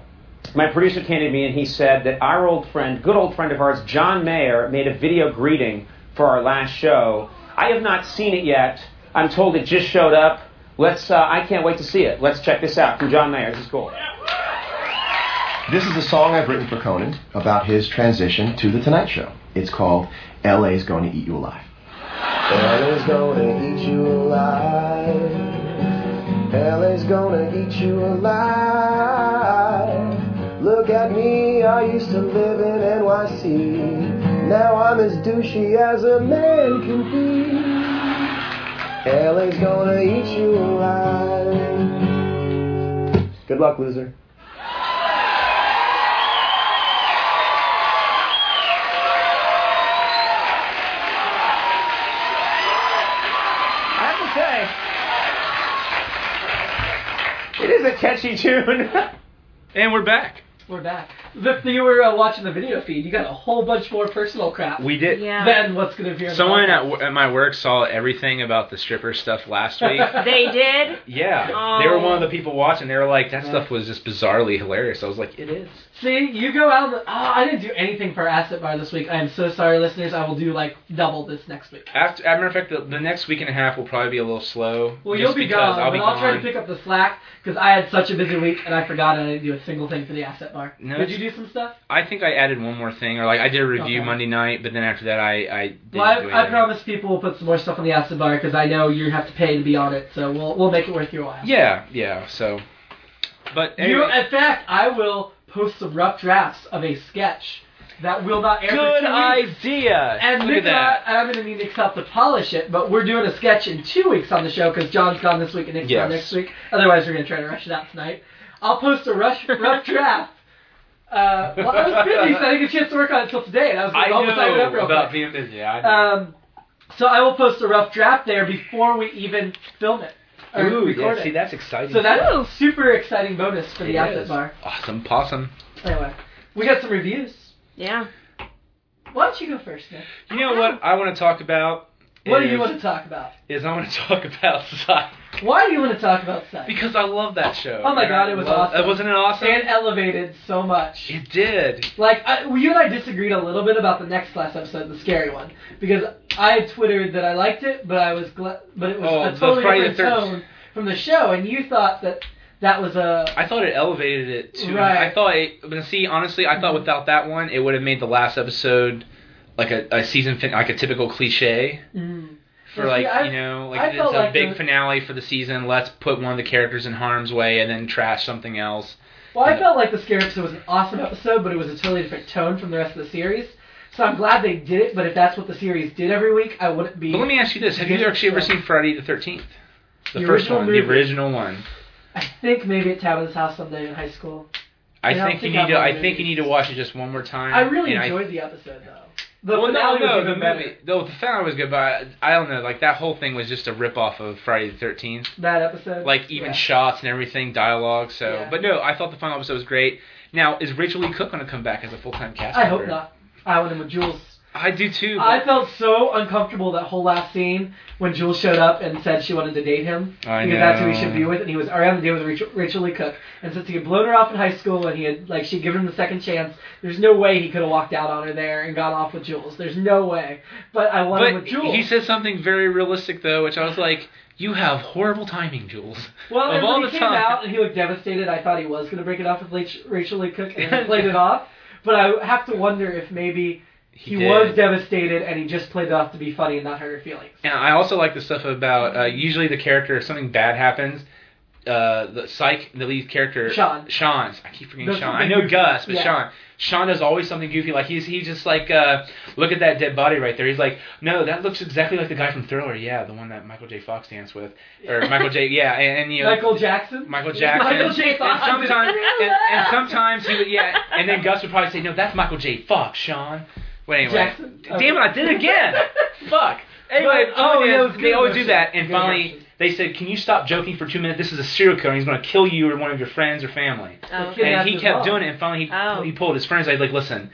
my producer came to me and he said that our old friend, good old friend of ours, John Mayer, made a video greeting for our last show. I have not seen it yet. I'm told it just showed up. Let's, uh, I can't wait to see it. Let's check this out from John Mayer. This is cool.
This is a song I've written for Conan about his transition to The Tonight Show. It's called LA's Gonna Eat You Alive. LA's gonna eat you alive. LA's gonna eat you alive. Look at me, I used to live in NYC. Now I'm as douchey as a man can be. LA's gonna eat you alive. Good luck, loser.
I have to say, it is a catchy tune.
And we're back.
We're back. If you were uh, watching the video feed, you got a whole bunch more personal crap
We did.
yeah.
than what's going to appear in the
Someone at,
podcast.
wo- at my work saw everything about the stripper stuff last week.
They did.
yeah,
Oh.
they were one of the people watching. They were like, "That stuff was just bizarrely hilarious." I was like, "It is."
See, you go out. And, oh, I didn't do anything for Asset Bar this week. I am so sorry, listeners. I will do like double this next week.
After, as a matter of fact, the, the next week and a half will probably be a little slow.
Well,
just
you'll be
because
gone,
I'll be
but I'll try to
gone.
pick up the slack because I had such a busy week and I forgot I didn't do a single thing for the Asset Bar.
No,
Did
it's-
you do some stuff?
I think I added one more thing, or like I did a review
Okay.
Monday night, but then after that, I I didn't
Well,
do
I, I
anything.
promise people we'll put some more stuff on the Asset Bar because I know you have to pay to be on it, so we'll we'll make it worth your while.
Yeah, yeah. So, but
You,
anyway,
in fact, I will post some rough drafts of a sketch that will not air for
good
two weeks.
idea.
And
Look
Nick
at that.
and I, am going to need Nick's help to polish it, but we're doing a sketch in two weeks on the show because John's gone this week and Nick's
Yes.
gone next week. Otherwise, we're going to try to rush it out tonight. I'll post a rush, rough draft. Uh, well, I was busy, so I didn't get a chance to work on it until today, and I was like,
I
almost typing it up
know
real
about
quick.
being busy. Yeah, I know.
Um, so I will post a rough draft there before we even film it or
Ooh,
record
yeah, see,
it.
that's exciting.
so that's
Ooh.
a super exciting bonus for the
It
Asset
is.
Bar.
awesome possum.
Anyway, we got some reviews.
Yeah.
Why don't you go first, Nick?
You know what I want to talk about?
What
is,
do you want to talk about?
Is I want to talk about Psych
Why do you want to talk about sex?
because I love that show.
Oh my
And
God,
I
it was
love-
awesome.
Wasn't it awesome?
and elevated so much.
it did.
Like I, well, you and I disagreed a little bit about the next last episode, the scary one, because I had twittered that I liked it, but I was gla- but it was
Oh,
a
the
totally
Friday the
different
13th.
tone from the show, and you thought that that was a
I thought it elevated it to.
Right. Mm-hmm.
I thought it. But see, honestly, I thought without that one, it would have made the last episode like a, a season fin- like a typical cliche
mm,
for
Well, see,
like
I-
you know
I
like it's
felt
a
like
big
the-
finale for the season. Let's put one of the characters in harm's way and then trash something else.
Well, I
Yeah.
felt like the scare episode was an awesome episode, but it was a totally different tone from the rest of the series. So I'm glad they did it, but if that's what the series did every week, I wouldn't be.
But let me ask you this: Have you
Yeah.
actually ever seen Friday the Thirteenth? The,
The
first
original
one, the
movie.
original one.
I think maybe at Tabitha's house someday in high school.
I
Yeah, I
think you
think
need
I've
to. I
already-
think you need to watch it just one more time.
I really
And
enjoyed the episode though. The
well, no,
finale was
no,
even
the
better.
movie. No, the finale was good, but I, I don't know. Like that whole thing was just a rip off of Friday the Thirteenth.
That episode.
like even
Yeah.
shots and everything, dialogue. So,
Yeah.
but no, I thought the final episode was great. Now, is Rachel Lee Cook going to come back as a full time cast
I
member?
hope not. I want him with Jules.
I do too. but-
I felt so uncomfortable that whole last scene when Jules showed up and said she wanted to date him
I
because that's who he
know.
should be with, and he was already on the date with Rachel, Rachel Lee Cook. And since he had blown her off in high school and he had like she given him the second chance, there's no way he could have walked out on her there and got off with Jules. There's no way. But I want him
But
with Jules.
he said something very realistic though, which I was like, "You have horrible timing, Jules."
well,
of
and
all
when
the
he came
time,
out and he looked devastated, I thought he was going to break it off with Rach- Rachel Lee Cook and he played it off. But I have to wonder if maybe he,
did.
was devastated and he just played it off to be funny and not hurt her feelings.
And I also like the stuff about
Mm-hmm.
uh, usually the character if something bad happens. Uh, the psych, the lead character,
Sean.
Sean's. I keep forgetting
That's
Sean.
something
I know
goofy.
Gus, but
Yeah.
Sean. Sean does always something goofy. Like he's he's just like, uh, look at that dead body right there. He's like, no, that looks exactly like the guy from Thriller. Yeah, the one that Michael J. Fox danced with, or Michael J. Yeah, and, and you know,
Michael Jackson.
Michael Jackson.
Michael J. Fox.
And sometimes, and, and sometimes he would, yeah. And then Gus would probably say, "No, that's Michael J. Fox, Sean." But anyway,
Jackson.
damn it, I did it again. Fuck. Anyway,
But-
the point
oh,
is,
that was
they
good
always do
version.
that, and
Good
finally
version.
they said, "Can you stop joking for two minutes? This is a serial killer. and He's going to kill you or one of your friends or family."
Oh,
Yeah,
And he
that's
kept
wrong.
doing it, and finally he,
Oh.
he pulled his friends. I was like, "Listen,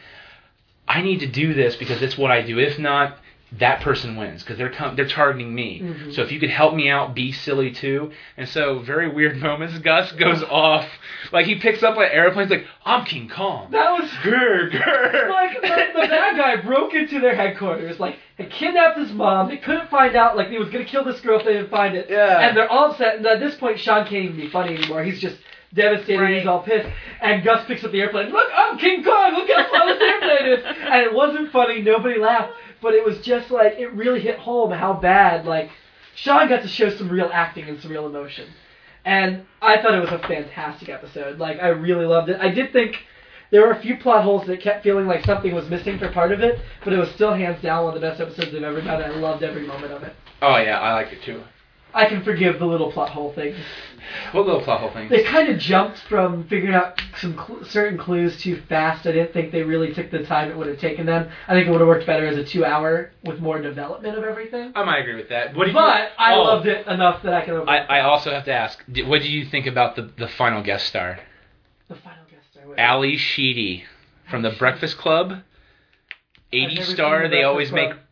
I need to do this because it's what I do. If not." That person wins because they're com- they're targeting me. So if you could help me out, be silly too. And so, very weird moments. Gus goes off, like he picks up an airplane. He's like, "I'm King Kong."
That was
Grr, grr.
like the, the bad guy broke into their headquarters, like had kidnapped his mom. They couldn't find out, like he was gonna kill this girl if they didn't find it.
Yeah.
And they're all upset. And at this point, Sean can't even be funny anymore. He's just devastated.
Right.
He's all pissed. And Gus picks up the airplane. Look, I'm King Kong. Look how fun this airplane is. And it wasn't funny. Nobody laughed. But it was just like it really hit home how bad like Sean got to show some real acting and some real emotion. And I thought it was a fantastic episode. Like I really loved it. I did think there were a few plot holes that kept feeling like something was missing for part of it, but it was still hands down one of the best episodes I've ever done. and I loved every moment of it.
Oh yeah, I liked it too.
I can forgive the little plot hole thing.
What little plot hole thing?
They kind of jumped from figuring out some cl- certain clues too fast. I didn't think they really took the time it would have taken them. I think it would have worked better as a two-hour with more development of everything.
I might agree with that. What did
But
you,
I
Uh, oh,
loved it enough that I can.
I, I also have to ask, d- what do you think about the the final guest star,
the final guest star. wait.
Ali Sheedy from The Breakfast Club?
I've
Eighty
never
star.
seen The
they always
Breakfast
make.
Club.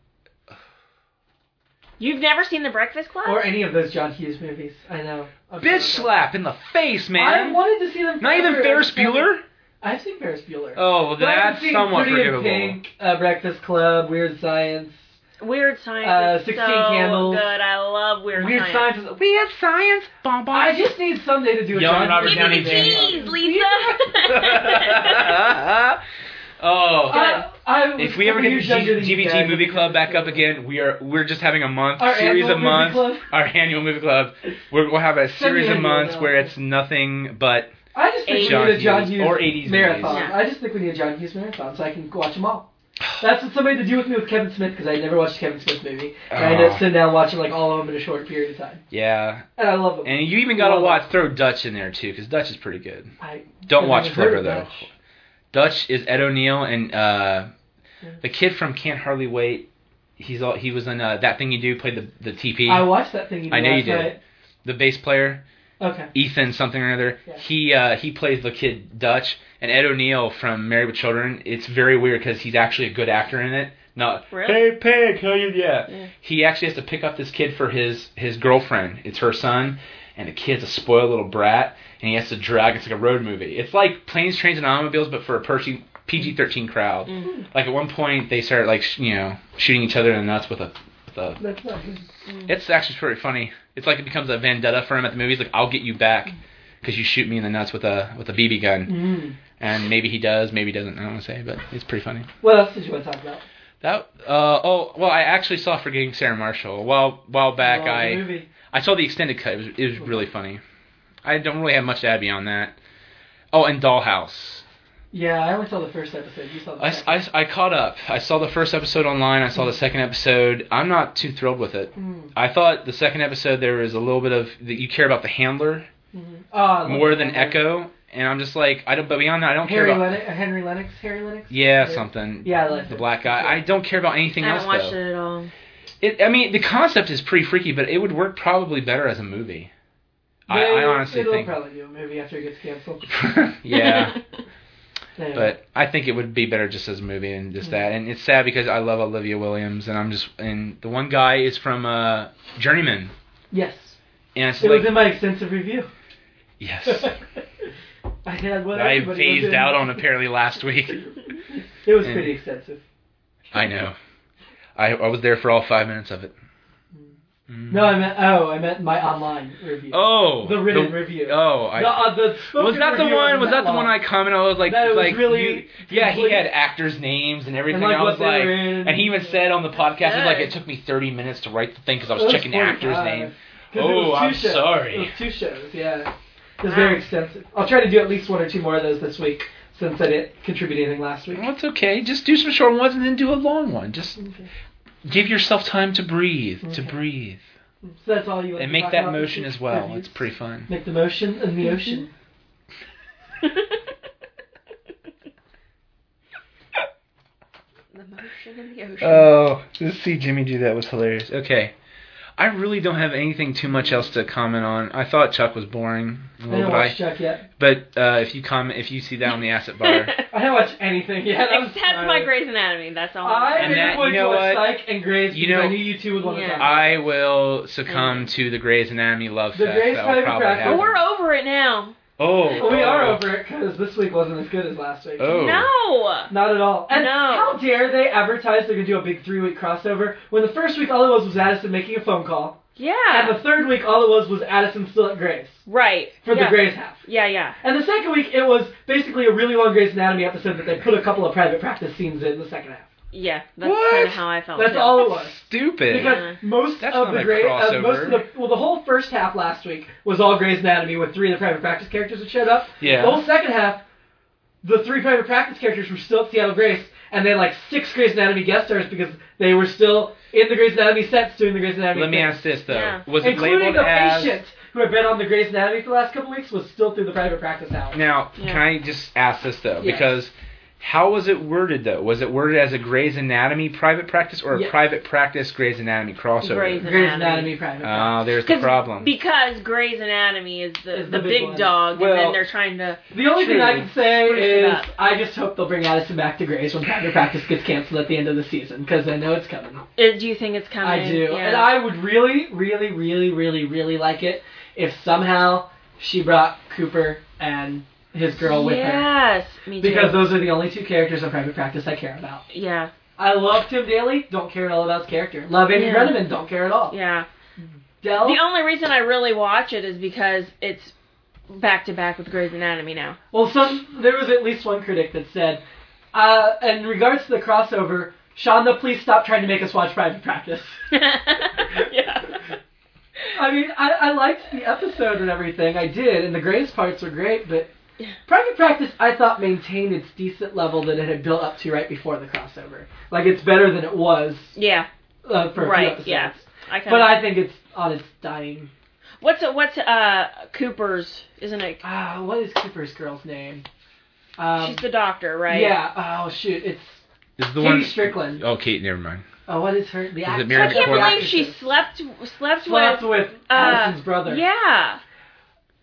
You've never seen The Breakfast Club?
or any of those John Hughes movies. I know. I'm
Bitch
sorry.
slap in the face,
I
man.
wanted to see them.
Not even
forever.
Ferris Bueller.
I've seen Ferris Bueller.
Oh, well,
But I haven't
that's
seen
somewhat
Pretty in
forgivable.
Pink, uh, Breakfast Club, Weird Science.
Weird Science
Uh,
is
16
so
Candles.
good. I love Weird,
Weird
Science.
Science. is Weird Science.
Bon, bon.
I just need someday to do a
Young
John
Robert
Hughes
Give me
Downey
the
movie.
keys, Lisa.
oh.
I, I Uh, was
If we ever get the
years younger than you
G- GBT
guys.
movie club back up again, we are we're just having a month
Our
series
annual
of
movie
months.
club?
Our annual movie club. We're, we'll have a series of
Semi-annual
months
now.
where it's nothing but
I just think
John
we need a John
Hughes
Hughes
or 80s
marathon.
movies.
I just think we need a John Hughes marathon so I can watch them all. That's what somebody to do with me with Kevin Smith because I never watched a Kevin Smith movie. And I ended
Oh.
up sitting down watching like all of them in a short period of time,
yeah.
and I love them.
And you even gotta
Well-
watch throw Dutch in there too, because Dutch is pretty good.
I,
Don't
I've
watch
never
Flipper
heard
though.
much.
Dutch is Ed O'Neill and uh, the kid from Can't Hardly Wait. He's all he was in uh, that thing you do. Played the the TP,
I watched that thing. You
I know you
last
did.
night.
the bass player.
Okay.
Ethan something or another.
Yeah.
He uh, he plays the kid Dutch and Ed O'Neill from Married with Children. It's very weird because he's actually a good actor in it. Not
Really?
hey pig, how you yeah.
Yeah.
He actually has to pick up this kid for his his girlfriend. It's her son, and the kid's a spoiled little brat, and he has to drag. It's like a road movie. It's like Planes, Trains, and Automobiles, but for a Percy. PG thirteen crowd.
Mm-hmm.
Like at one point, they start like sh- you know shooting each other in the nuts with a with a
That's not good.
it's actually pretty funny. It's like it becomes a vendetta for him at the movies. Like I'll get you back because you shoot me in the nuts with a with a BB gun. And maybe he does, maybe he doesn't. I don't want to say, but it's pretty funny.
What else did you want to talk about?
That uh oh well, I actually saw Forgetting Sarah Marshall a while while back.
Well, the
I
movie.
I saw the extended cut. It was it was really funny. I don't really have much to add beyond that. Oh, and Dollhouse.
Yeah, I only saw the first episode. You saw the
I,
second.
I, I caught up. I saw the first episode online. I saw the second episode. I'm not too thrilled with it. I thought the second episode there was a little bit of that you care about the handler
Oh, I love
more
that
than
movie.
Echo, and I'm just like I don't. But beyond that, I don't
Harry
care about
Lennox, Henry Lennox, Harry Lennox.
yeah something.
Yeah, I like
The
it.
black guy. I don't care about
I
anything else
haven't watched
though.
it at all.
It, I mean, the concept is pretty freaky, but it would work probably better as a movie. I,
Yeah,
I
it'll-
honestly
it'll
think.
probably do a movie after it gets canceled.
yeah.
Yeah.
But I think it would be better just as a movie and just that. And it's sad because I love Olivia Williams, and I'm just and the one guy is from uh, Journeyman,
yes,
and it's
it
like
was in my extensive review.
yes,
I had what
I
everybody was
phased
in.
out on apparently last week.
It was
and-
pretty extensive.
I know. I I was there for all five minutes of it. Mm.
No, I meant oh, I meant my online review.
Oh,
the written review.
Oh, I.
the, uh, the spoken
was that the
review
one?
wasn't
Was that the
long.
one I commented? I was like,
That it was
like
really
you- yeah, he
complete.
had actors' names and everything.
like,
I
what
was
they
like,
were in.
and he even said on the podcast, he's like,
Good.
it took me 30 minutes to write the thing because I
It
was
was
checking the actor's
45. Oh
name.
'Cause it
Oh,
was two
I'm
shows.
sorry.
It was two shows. Yeah, it was very extensive. I'll try to do at least one or two more of those this week since I didn't contribute anything last week.
Well, it's okay. Just do some short ones and then do a long one. Just give yourself time to breathe, to
Okay.
breathe,
So that's all you want
and
to
make
talk
that
about this
motion
week?
as well.
Reviews?
It's pretty fun.
Make the motion in the ocean.
the motion in the ocean.
Oh, let's see Jimmy do that was hilarious. Okay. I really don't have anything too much else to comment on. I thought Chuck was boring. A
I
little
didn't
bit.
watch
I-
Chuck yet.
Mm-hmm. But uh, if you comment, if you see that on the asset bar,
I didn't watch anything yet. I'm
Except my
sorry.
Grey's Anatomy. That's all.
I
And
really
that- you
would
know
watch
what?
Psych and Grey's
You
because I
know-
knew you two would want to
Yeah.
talk. about
I will succumb to the Grey's Anatomy love
The
fest.
Grey's
That'll
Private
probably
Practice.
But
happen.
we're over it now.
it.
Oh,
Well, we are over it because this week wasn't as good as last week.
Oh.
No.
Not at all. And
No.
how dare they advertise they're gonna do a big three week crossover when the first week all it was was Addison making a phone call, and
Yeah.
the third week all it was was Addison still at Grace
Right.
for
yeah.
the Grace half,
Yeah, yeah.
and the second week it was basically a really long Grace Anatomy episode that they put a couple of private practice scenes in the second half.
Yeah. That's
What?
kind of how I felt.
That's
too.
all it was.
Stupid.
Because
Oh, Yeah.
most
That's
of
not
the
a
Grey, uh, most of
crossover.
the well, the whole first half last week was all Grey's Anatomy with three of the private practice characters that showed up.
Yeah.
The whole second half, the three private practice characters were still at Seattle Grace, and they had like six Grey's Anatomy guest stars because they were still in the Grey's Anatomy sets doing the Grey's Anatomy.
Let me
things.
ask this though:
Yeah.
Was it
including
labeled
the
as?
patient who had been on the Grey's Anatomy for the last couple weeks was still through the private practice hour.
Now,
Yeah.
can I just ask this though?
Yes.
Because how was it worded though? Was it worded as a Grey's Anatomy private practice or a
Yeah.
private practice Grey's Anatomy crossover?
Grey's
Grey's
Anatomy.
Anatomy private.
Oh, there's the
'Cause-
problem.
Because Grey's Anatomy is the,
Is
the,
the big
big,
one.
dog, and
Well-
then they're trying to.
The only thing
True.
I can say
Screw it
is
up.
I just hope they'll bring Addison back to Grace when Private Practice gets canceled at the end of the season because I know it's coming.
Uh, Do you think it's coming?
I do,
Yeah.
and I would really, really, really, really, really like it if somehow she brought Cooper and his girl with her
Yes. Me too.
because those are the only two characters on Private Practice I care about.
yeah.
I love Tim Daly, don't care at all about his character. Love Amy
Yeah.
Brenneman, don't care at all.
Yeah.
Dell,
The only reason I really watch it is because it's back to back with Grey's Anatomy now.
Well, some there was at least one critic that said, uh, in regards to the crossover, Shonda, please stop trying to make us watch Private Practice.
yeah.
I mean, I, I liked the episode and everything. I did, and the Grace parts were great, but Private Practice, I thought, maintained its decent level that it had built up to right before the crossover. Like, it's better than it was
Yeah.
uh, for
Right,
a few episodes.
yeah. I kind
But
of.
I think it's on its dying.
What's what's uh Cooper's? Isn't it?
Ah, what is Cooper's girl's name? Um,
She's the doctor, right?
Yeah. Oh shoot, it's
Is
Katie
the one?
Strickland.
Oh, Kate, never mind.
Oh, what is her? The
it
actress.
Mary
I can't
Or-
believe she slept slept
slept
with.
with
uh,
Allison's brother.
Yeah.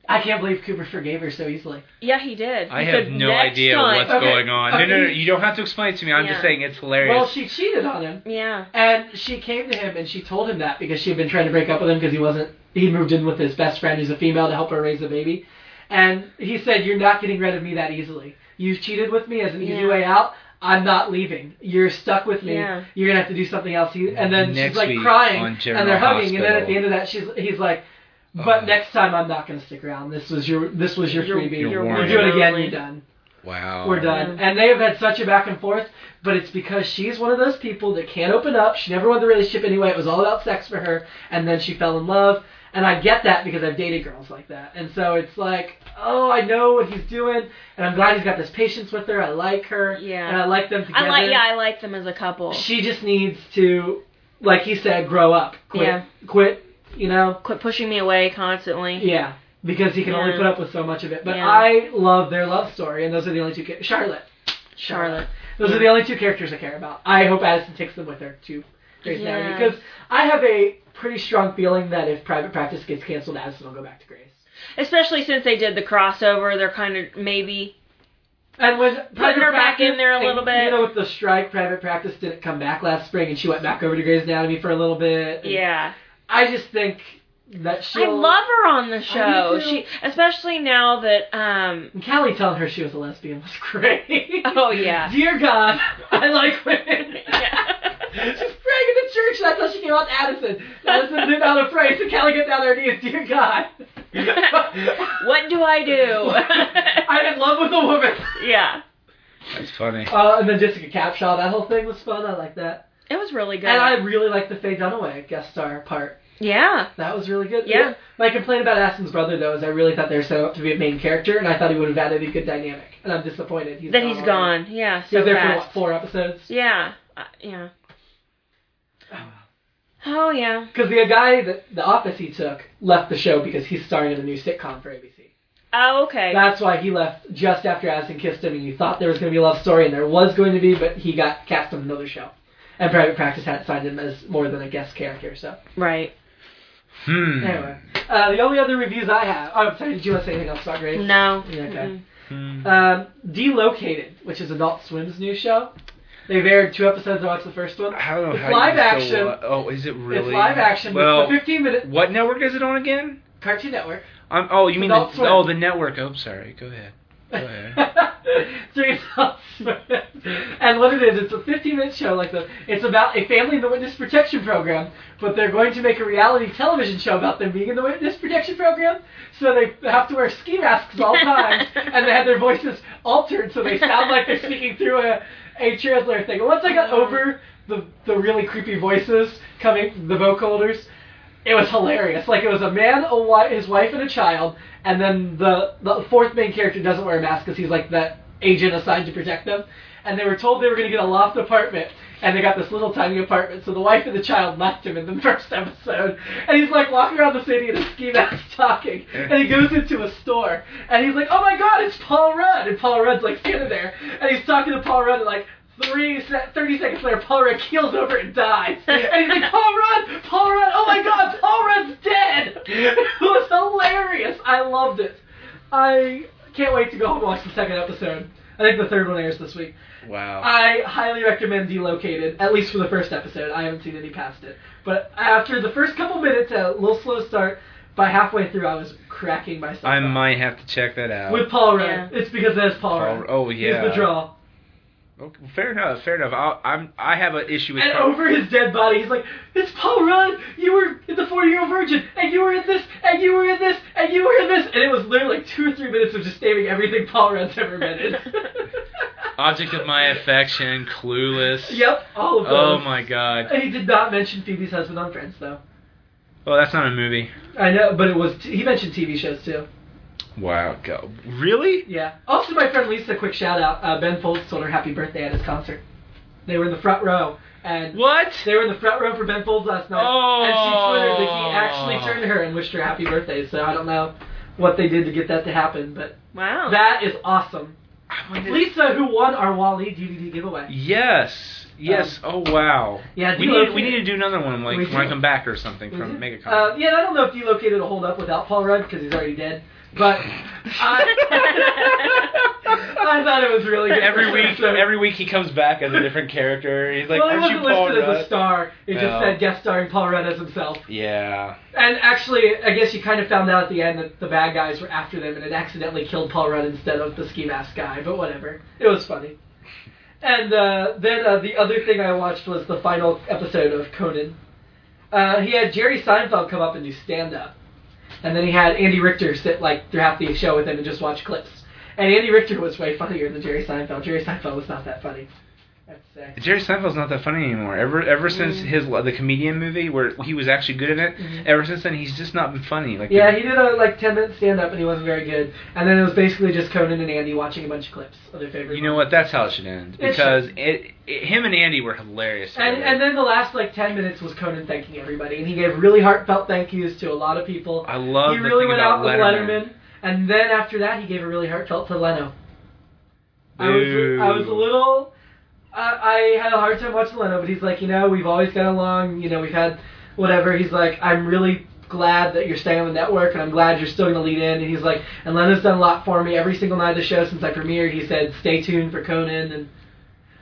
I can't believe Cooper forgave her so easily.
Yeah, he did.
I
He
have
said,
no
"Next
idea
time."
what's
Okay,
going on. No, no, no,
okay.
you don't have to explain it to me. I'm
Yeah.
just saying it's hilarious.
Well, she cheated on him,
Yeah.
and she came to him and she told him that because she had been trying to break up with him because he wasn't. He moved in with his best friend, who's a female, to help her raise a baby, and he said, "You're not getting rid of me that easily. You cheated with me as an easy
Yeah.
way out." I'm not leaving. You're stuck with me.
Yeah.
You're gonna have to do something else. He, and then
Next
she's like
week
crying,
on
and
General
they're hugging. And then at
Hospital.
the end of that, she's he's like, "But
Oh.
next time, I'm not gonna stick around. This was your this was your
You're-
freebie.
you're
We'll
warning.
do it again.
Totally.
You're done."
wow.
Oh,
we're done. And they have had such a back and forth, but it's because she's one of those people that can't open up. She never wanted the relationship anyway. It was all about sex for her, and then she fell in love. And I get that because I've dated girls like that. And so it's like, oh, I know what he's doing, and I'm glad he's got this patience with her. I like her,
Yeah.
and I like them together.
I like yeah, I like them as a couple.
She just needs to, like he said, grow up, quit,
Yeah.
quit, you know,
Quit pushing me away constantly.
yeah. Because he can only
Yeah.
put up with so much of it. But
Yeah.
I love their love story, and those are the only two. Ca- Charlotte.
Charlotte.
Those are the only two characters I care about. I hope Addison takes them with her to Grey's
Yes.
Anatomy because I have a pretty strong feeling that if Private Practice gets canceled, Addison will go back to Grey's.
Especially since they did the crossover, they're kind of maybe
And when
Putting
Private
her back in there a
Practice-
little bit.
You know, with the strike, private practice didn't come back last spring, and she went back over to Grey's Anatomy for a little bit. And
Yeah.
I just think that she.
I love her on the show.
do too.
She especially now that um
And Callie telling her she was a lesbian was great.
Oh, yeah.
Dear God, I like women. She's praying in
yeah.
the church. That's how she came out to Addison. Addison did not pray, so Callie gets down on her knees. Dear God.
what do I do?
I'm in love with a woman.
yeah.
That's funny.
Uh, and then Jessica Capshaw, that whole thing was fun. I like that.
It was really good.
And I really liked the Faye Dunaway guest star part.
yeah.
That was really good.
Yeah.
My complaint about Aston's brother though is I really thought they were set up to be a main character, and I thought he would have added a good dynamic. And I'm disappointed. He's
That he's gone. Yeah,
He
so
was there for
fast.
what, four episodes.
Yeah. Uh, yeah. Oh yeah.
Because the guy that the office he took left the show because he's starring in a new sitcom for ABC.
Oh okay.
That's why he left just after Aston kissed him, and you thought there was going to be a love story, and there was going to be, but he got cast on another show. And Private Practice had signed him as more than a guest character, so.
right.
Hmm.
Anyway, uh, the only other reviews I have. Oh, I'm sorry. Did you want to say anything else about Grace?
No.
Yeah, okay.
Mm-mm.
Hmm.
Um, Delocated, which is Adult Swim's new show. They've aired two episodes. I watched the first one.
I don't know
It's
how you
live
can
action.
Still, wa- oh, is it really?
It's live action.
Well,
it's a 15 minute
what network is it on again?
Cartoon Network.
I'm, oh, you mean the,
Adult Swim.
oh the network? Oh, sorry. Go ahead. Go ahead.
Three adult swims. And what it is, it's a 15 minute show like the. It's about a family in the witness protection program, but they're going to make a reality television show about them being in the witness protection program. So they have to wear ski masks all the time, and they had their voices altered so they sound like they're speaking through a, a translator thing. Once I got over the the really creepy voices coming, the vocoders, it was hilarious. Like it was a man, a wi- his wife, and a child, and then the the fourth main character doesn't wear a mask because he's like that agent assigned to protect them. And they were told they were going to get a loft apartment, and they got this little tiny apartment. So the wife and the child left him in the first episode, and he's like walking around the city in a ski mask talking. And he goes into a store, and he's like, "Oh my God, it's Paul Rudd!" And Paul Rudd's like standing there, and he's talking to Paul Rudd, and like three se- 30 seconds later, Paul Rudd keels over and dies. And he's like, "Oh Paul Rudd! Paul Rudd! Oh my god, Paul Rudd's dead! It was hilarious. I loved it. I can't wait to go home and watch the second episode. I think the third one airs this week.
Wow.
I highly recommend Delocated, at least for the first episode. I haven't seen any past it. But after the first couple minutes, a little slow start, by halfway through, I was cracking myself.
I
up.
might have to check that out.
With Paul Rudd. It's because that's Paul,
Paul-
Rudd.
oh, yeah.
He's the draw.
Okay, fair enough. Fair enough. I'll, I'm. I have an issue with.
And
Paul-
over his dead body, he's like, "It's Paul Rudd. You were in the forty-year-old virgin, and you were in this, and you were in this, and you were in this." And it was literally like two or three minutes of just naming everything Paul Rudd's ever been in.
Object of my affection, clueless.
yep, all of
Oh
those.
my god.
And he did not mention Phoebe's husband on Friends, though.
Well, that's not a movie.
I know, but it was he mentioned TV shows too.
Wow. Go. Really?
Yeah. Also, my friend Lisa, quick shout out. Uh, ben Folds told her happy birthday at his concert. They were in the front row, and
What?
They were in the front row for Ben Folds last night,
Oh.
and she twittered that he actually turned to her and wished her happy birthday. So I don't know what they did to get that to happen, but
Wow.
that is awesome.
I wonder-
Lisa, who won our Wally DVD giveaway,
Yes. Yes. oh wow.
Um, yeah,
We need,
Delocated-
we need to do another one like
We
when I
do.
come back or something
We
from
do.
MegaCon.
Uh, yeah, and I don't know if Delocated will hold up without Paul Rudd because he's already dead, but I, Uh, I thought it was really good.
every week,
So-
every week he comes back as a different character. He's like,
well, it
aren't you
wasn't
Paul
listed as a
Rudd?
star. It
No.
just said guest starring Paul Rudd as himself.
Yeah.
And actually, I guess you kind of found out at the end that the bad guys were after them and it accidentally killed Paul Rudd instead of the ski mask guy, but whatever. It was funny. And uh, then uh, the other thing I watched was the final episode of Conan. Uh, he had Jerry Seinfeld come up and do stand up. And then he had Andy Richter sit like throughout the show with him and just watch clips. And Andy Richter was way funnier than Jerry Seinfeld. Jerry Seinfeld was not that funny. That's sad.
Jerry Seinfeld's not that funny anymore. Ever
Mm.
ever since his the comedian movie where he was actually good in it, ever since then he's just not been funny. Like
Mm-hmm. Yeah, he did a like ten minute stand up and he wasn't very good. And then it was basically just Conan and Andy watching a bunch of clips of their favorite.
you know what? That's how it should end
It
because it, it him and Andy were hilarious.
And
together.
and then the last like ten minutes was Conan thanking everybody, and he gave really heartfelt thank yous to a lot of people.
I love
he
the
really
thing
went
about
out with
Letterman.
Letterman, and then after that he gave a really heartfelt to Leno. I was
Boo.
I was a little. I I had a hard time watching Leno, but he's like, you know, we've always got along. You know, we've had whatever. He's like, I'm really glad that you're staying on the network, and I'm glad you're still going to lead in. And he's like, and Lennon's done a lot for me every single night of the show since I premiered. He said, stay tuned for Conan, and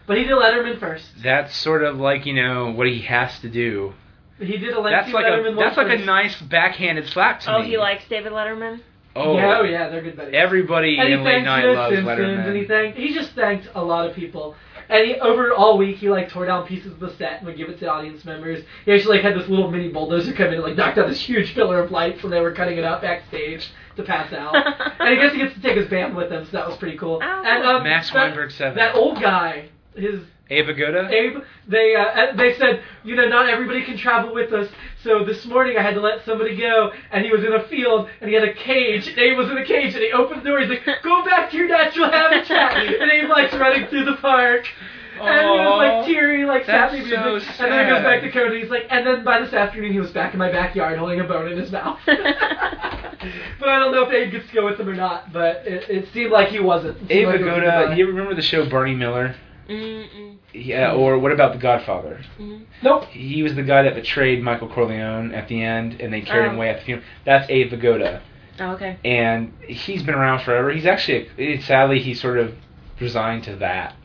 but he did Letterman first.
That's sort of like you know what he has to do.
He did a Letterman.
That's like
Letterman
a
one
that's like a
first.
nice backhanded slap to
Oh,
me.
he likes David Letterman.
oh
yeah, oh yeah, they're good buddies.
Everybody
and he
in late
thanked
night
Smith
loves
Simpsons, and he
Letterman.
thanked he just thanked a lot of people. And he, over all week, he like tore down pieces of the set and would give it to audience members. He actually like had this little mini bulldozer come in and like knocked out this huge pillar of lights, and they were cutting it up backstage to pass out. and I guess he gets to take his band with him, so that was pretty cool.
Ow.
And um,
Max
that-
Weinberg seven.
that old guy, his
Ava Goda.
Abe, they uh, uh, they said, you know, not everybody can travel with us. So this morning I had to let somebody go, and he was in a field, and he had a cage. And Abe was in a cage, and he opened the door. He's like, "Go back to your natural habitat." and Abe likes running through the park. And he was
Aw.
like teary, like
That's
sappy music.
so
And then he goes
sad.
back to Cody. He's like, and then by this afternoon he was back in my backyard holding a bone in his mouth. but I don't know if Abe gets to go with them or not. But it, it seemed like he wasn't. It seemed
Ava
like it was
Goda.
goodbye.
You remember the show Barney Miller?
Mm-mm.
Yeah. Or what about The Godfather?
Nope.
He was the guy that betrayed Michael Corleone at the end, and they carried him
Oh.
away at the funeral. That's Ava Goda.
Oh, okay.
and he's been around forever. He's actually it, sadly he sort of resigned to that.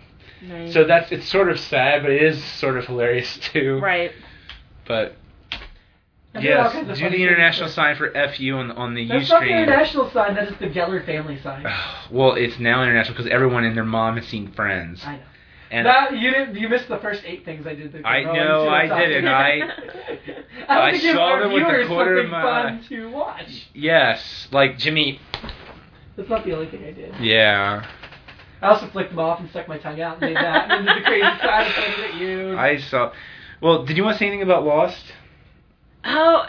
Mm.
Nice.
So that's it's sort of sad, but it is sort of hilarious too.
right.
But
I did all
yes,
kinds of
do
funny
the
things.
international sign for FU on on the U
That's not the
stream.
international sign. That is the Geller family sign.
Uh, Well, it's now international because everyone and their mom has seen Friends,
I know.
and
that you didn't. You missed the first eight things I did. That
I
were on
know
YouTube.
I did it. I
I,
I
want to give
saw
our
them with a
viewers
quarter of
something
my
fun to watch.
yes, like Jimmy.
That's not the only thing I did.
Yeah,
I also flicked them off and stuck my tongue out and did that. and did the crazy side thing at you.
I saw. Well, did you want to say anything about Lost?
Oh,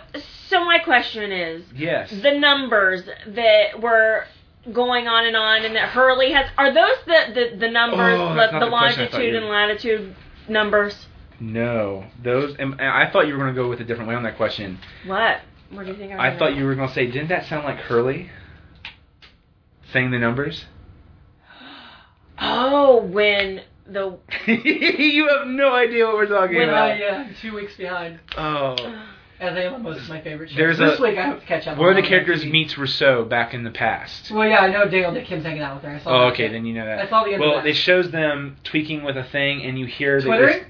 so my question is
Yes.
the numbers that were going on and on, and that Hurley has are those the the, the numbers,
Oh, that's not
the, the
the question I thought
longitude
you-
and latitude numbers?
no, those. And I thought you were going to go with a different way on that question.
What? What do you
Oh,
think?
I thought you were gonna say, didn't that sound like Hurley? Saying the numbers?
Oh, when the
you have no idea what we're talking
when uh,
about.
I uh, I'm two weeks behind,
Oh.
as I am on most of my favorite shows.
There's
this
a-
week I hope to catch up.
One
on
of the
all
characters
TV.
meets Rousseau back in the past.
Well, yeah, I know Daniel Nick Kim's hanging out with her. I saw
Oh,
that
okay,
shit.
then you know
I
that.
saw the end
Well,
of
it
that.
shows them tweaking with a thing, and you hear the
Twittering?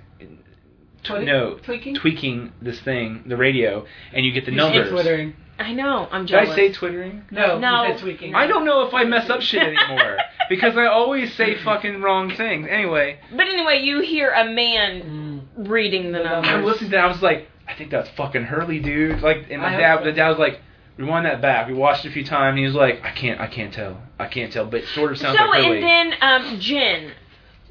Twitter-
no.
tweaking.
tweaking this thing, the radio, and you get the
You said
numbers.
Twittering.
I know I'm
Did I
jealous.
say twittering?
No,
No.
you said tweaking.
I don't know if I mess up shit anymore because I always say fucking wrong things. Anyway,
but anyway, you hear a man
Mm.
reading the
I'm
I'm
numbers.
listening to that. I was like, I think that's fucking Hurley, dude. Like, and the
I hope
dad,
so.
the dad was like, rewind that back. We watched it a few times. And he was like, I can't, I can't tell, I can't tell. But it sort of
So
sounds like Hurley.
and then um Jin,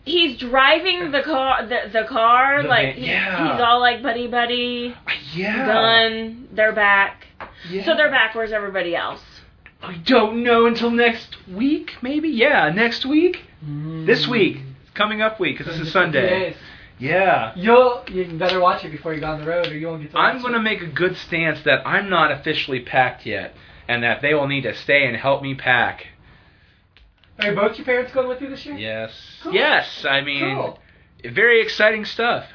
he's driving the car, the, the car
The van-
like he-
yeah.
he's all like buddy buddy,
Uh, yeah.
gun, they're back.
Yeah.
So they're back. Where's everybody else?
I don't know until next week, maybe. Yeah, next week. This week, coming up week, because this is Sunday.
Yes.
Yeah.
You'll you better watch it before you go on the road, or you won't get to. Watch
I'm gonna make a good stance that I'm not officially packed yet, and that they will need to stay and help me pack.
It. Are both your parents going with you this year?
Yes.
Cool.
Yes. I mean,
Cool.
very exciting stuff.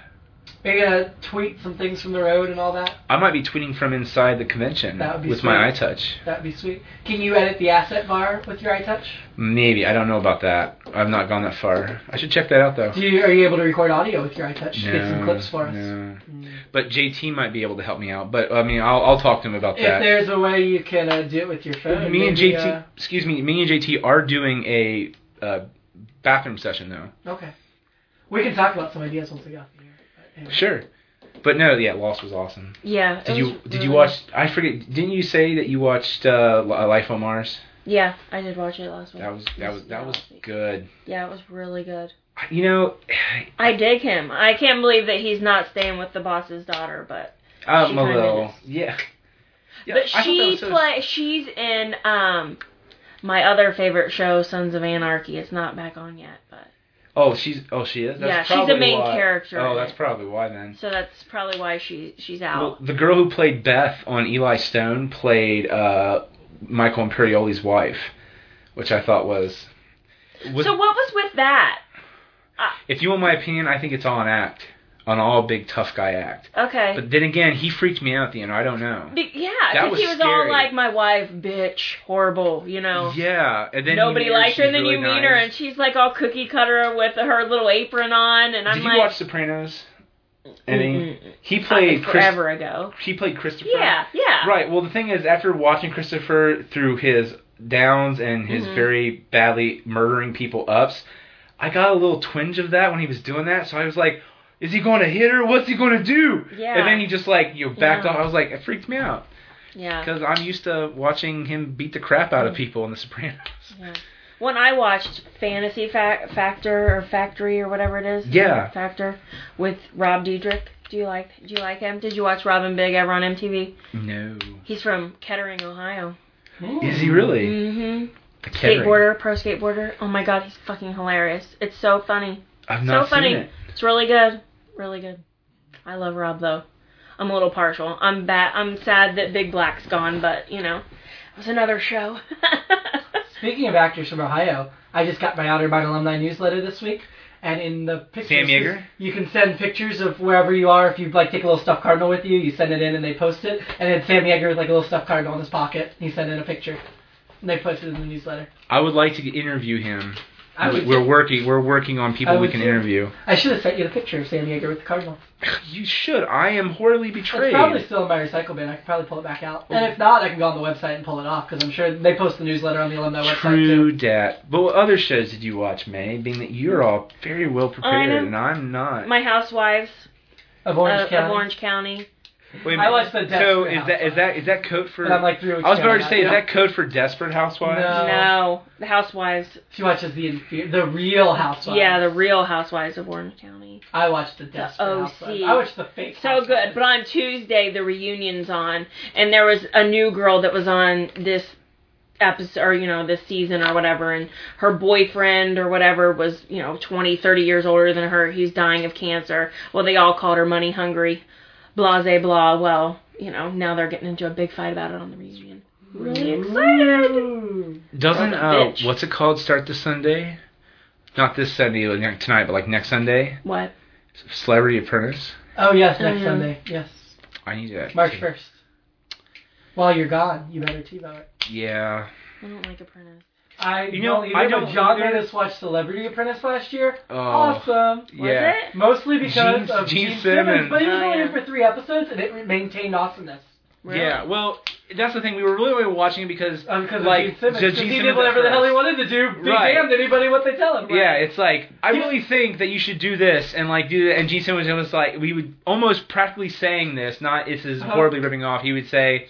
Are you gonna tweet some things from the road and all that?
I might be tweeting from inside the convention
That would be
with
sweet.
my iTouch.
That'd be sweet. Can you edit the asset bar with your iTouch?
Maybe I don't know about that. I've not gone that far. I should check that out though.
Do you, are you able to record audio with your iTouch?
No,
Get some clips for us.
no.
Mm.
But JT might be able to help me out. But I mean, I'll, I'll talk to him about
If
that.
there's a way you can uh, do it with your phone,
Me and
maybe, uh,
JT, excuse me, me and JT are doing a uh, bathroom session though.
uh, okay, we can talk about some ideas once we get off the air. Anyway.
Sure. But no, yeah, Lost was awesome.
Yeah. it
Did
was
you did
really-
you watch? I forget. Didn't you say that you watched uh, Li- Life on Mars?
Yeah, I did watch it last week.
That was that was that was
Yeah.
good.
Yeah, it was really good.
You know,
I dig him. I can't believe that he's not staying with the boss's daughter, but
I'm a
kinda
little
is.
yeah. Yeah, I thought
but
that
she
was so-
play she's in um my other favorite show, Sons of Anarchy. It's not back on yet, but
Oh, she's oh she is. That's
Yeah, she's the
probably
main
why.
character
Oh,
in
that's
it.
probably why then.
so that's probably why she she's
Well,
out.
the girl who played Beth on Eli Stone played uh, Michael Imperioli's wife, which I thought was. was
so what was with that?
if you want my opinion, I think it's all an act. an all big tough guy act.
Okay.
But then again, he freaked me out at the end. I don't know.
Be- yeah,
That
because
was
he was all
scary.
like, "My wife, bitch, horrible," you know.
Yeah, and then
Nobody
you meet
likes her, and
she's
then you
really
meet her,
nice.
and she's like all cookie cutter with her little apron on, and I'm
Did
like,
you watch Sopranos? And he,
Mm-mm.
he
I mean,
played Chris,
forever ago.
he played Christopher.
Yeah, yeah.
Right. Well, the thing is, after watching Christopher through his downs and his
Mm-hmm.
very badly murdering people ups, I got a little twinge of that when he was doing that. So I was like, "Is he going to hit her? What's he going to do?"
Yeah.
And then he just like you know, backed
Yeah.
off. I was like, it freaked me out
Yeah.
because I'm used to watching him beat the crap
Mm.
out of people in The Sopranos.
When I watched Fantasy Fa- Factor or Factory or whatever it is,
Yeah.
Factor with Rob Diedrich. Do you like Do you like him? Did you watch Robin Big ever on MTV?
No.
He's from Kettering, Ohio.
Is he really?
Mm-hmm.
A Kettering.
Skateboarder, pro skateboarder. Oh my God, he's fucking hilarious. It's so funny.
I've not
so funny.
seen it.
It's really good. Really good. I love Rob though. I'm a little partial. I'm bad. I'm sad that Big Black's gone, but you know, it was another show.
Speaking of actors from Ohio, I just got my Outer Mind alumni newsletter this week, and in the pictures,
Sam Yeager?
you can send pictures of wherever you are. If you like, take a little stuffed cardinal with you, you send it in, and they post it. And then Sam Yeager with like a little stuffed cardinal in his pocket, and he sent in a picture, and they posted it in the newsletter.
I would like to interview him.
I, would,
We're working. We're working on
I
people we
would
can
too.
interview.
I should have sent you the picture of Sam Yeager with the cardinal.
You should. I am horribly
It's
betrayed.
probably still in my recycle bin. I could probably pull it back out, and if
Oh.
not, I can go on the website and pull it off because I'm sure they post the newsletter on the alumni website too.
True dat. But what other shows did you watch, May? Being that you're all very well
Um,
I know.
prepared and I'm not.
My Housewives
Of
Uh, of
Orange
of
County.
Orange County.
Wait a
I
minute.
watched the
So
Desperate
is that is that is that code for?
But I'm like three weeks
I was about
down
to
the
say, is
line.
that code for Desperate Housewives?
No.
No, the Housewives.
She watches the infer- the Real Housewives.
Yeah, the real Housewives of Orange County.
I watched the Desperate
OC.
Housewives. I watched the fake.
So good.
Housewives.
But on Tuesday, the reunion's on, and there was a new girl that was on this episode, or you know, this season or whatever, and her boyfriend or whatever was, you know, 20, 30 years older than her. He's dying of cancer. Well, they all called her money hungry, blase blah. Well, you know, now they're getting into a big fight about it on the reunion. Really excited.
Ooh.
Doesn't
Son of a
uh,
bitch.
what's it called? Start this Sunday. Not this Sunday, like ne- tonight, but like next Sunday.
What?
Celebrity Apprentice.
Oh yes, next
Mhm.
Sunday. Yes,
I need to.
March first. While you're gone, you better TiVo it.
Yeah.
I don't like Apprentice.
I
You know,
won't either,
I
but
don't
John
either.
made us watch Celebrity Apprentice last year.
Oh.
Awesome.
Was
Yeah.
it?
Mostly because
Gene-
of
Gene
Gene
Simmons.
but it was
Oh,
only
yeah.
in for three episodes, and it maintained awesomeness.
Really?
Yeah, well, that's the thing. We were really only watching it because,
Um, because
like,
of Gene Simmons,
Gene
'cause he did
Simmons
whatever
at
the hell he
first.
wanted to do. Be
Right.
damned anybody what they tell him.
Yeah,
Oh, right?
it's like I
He-
really think that you should do this and like do that. And Gene Simmons was like, we would almost practically saying this, not it's is
Uh-huh.
horribly ripping off. He would say,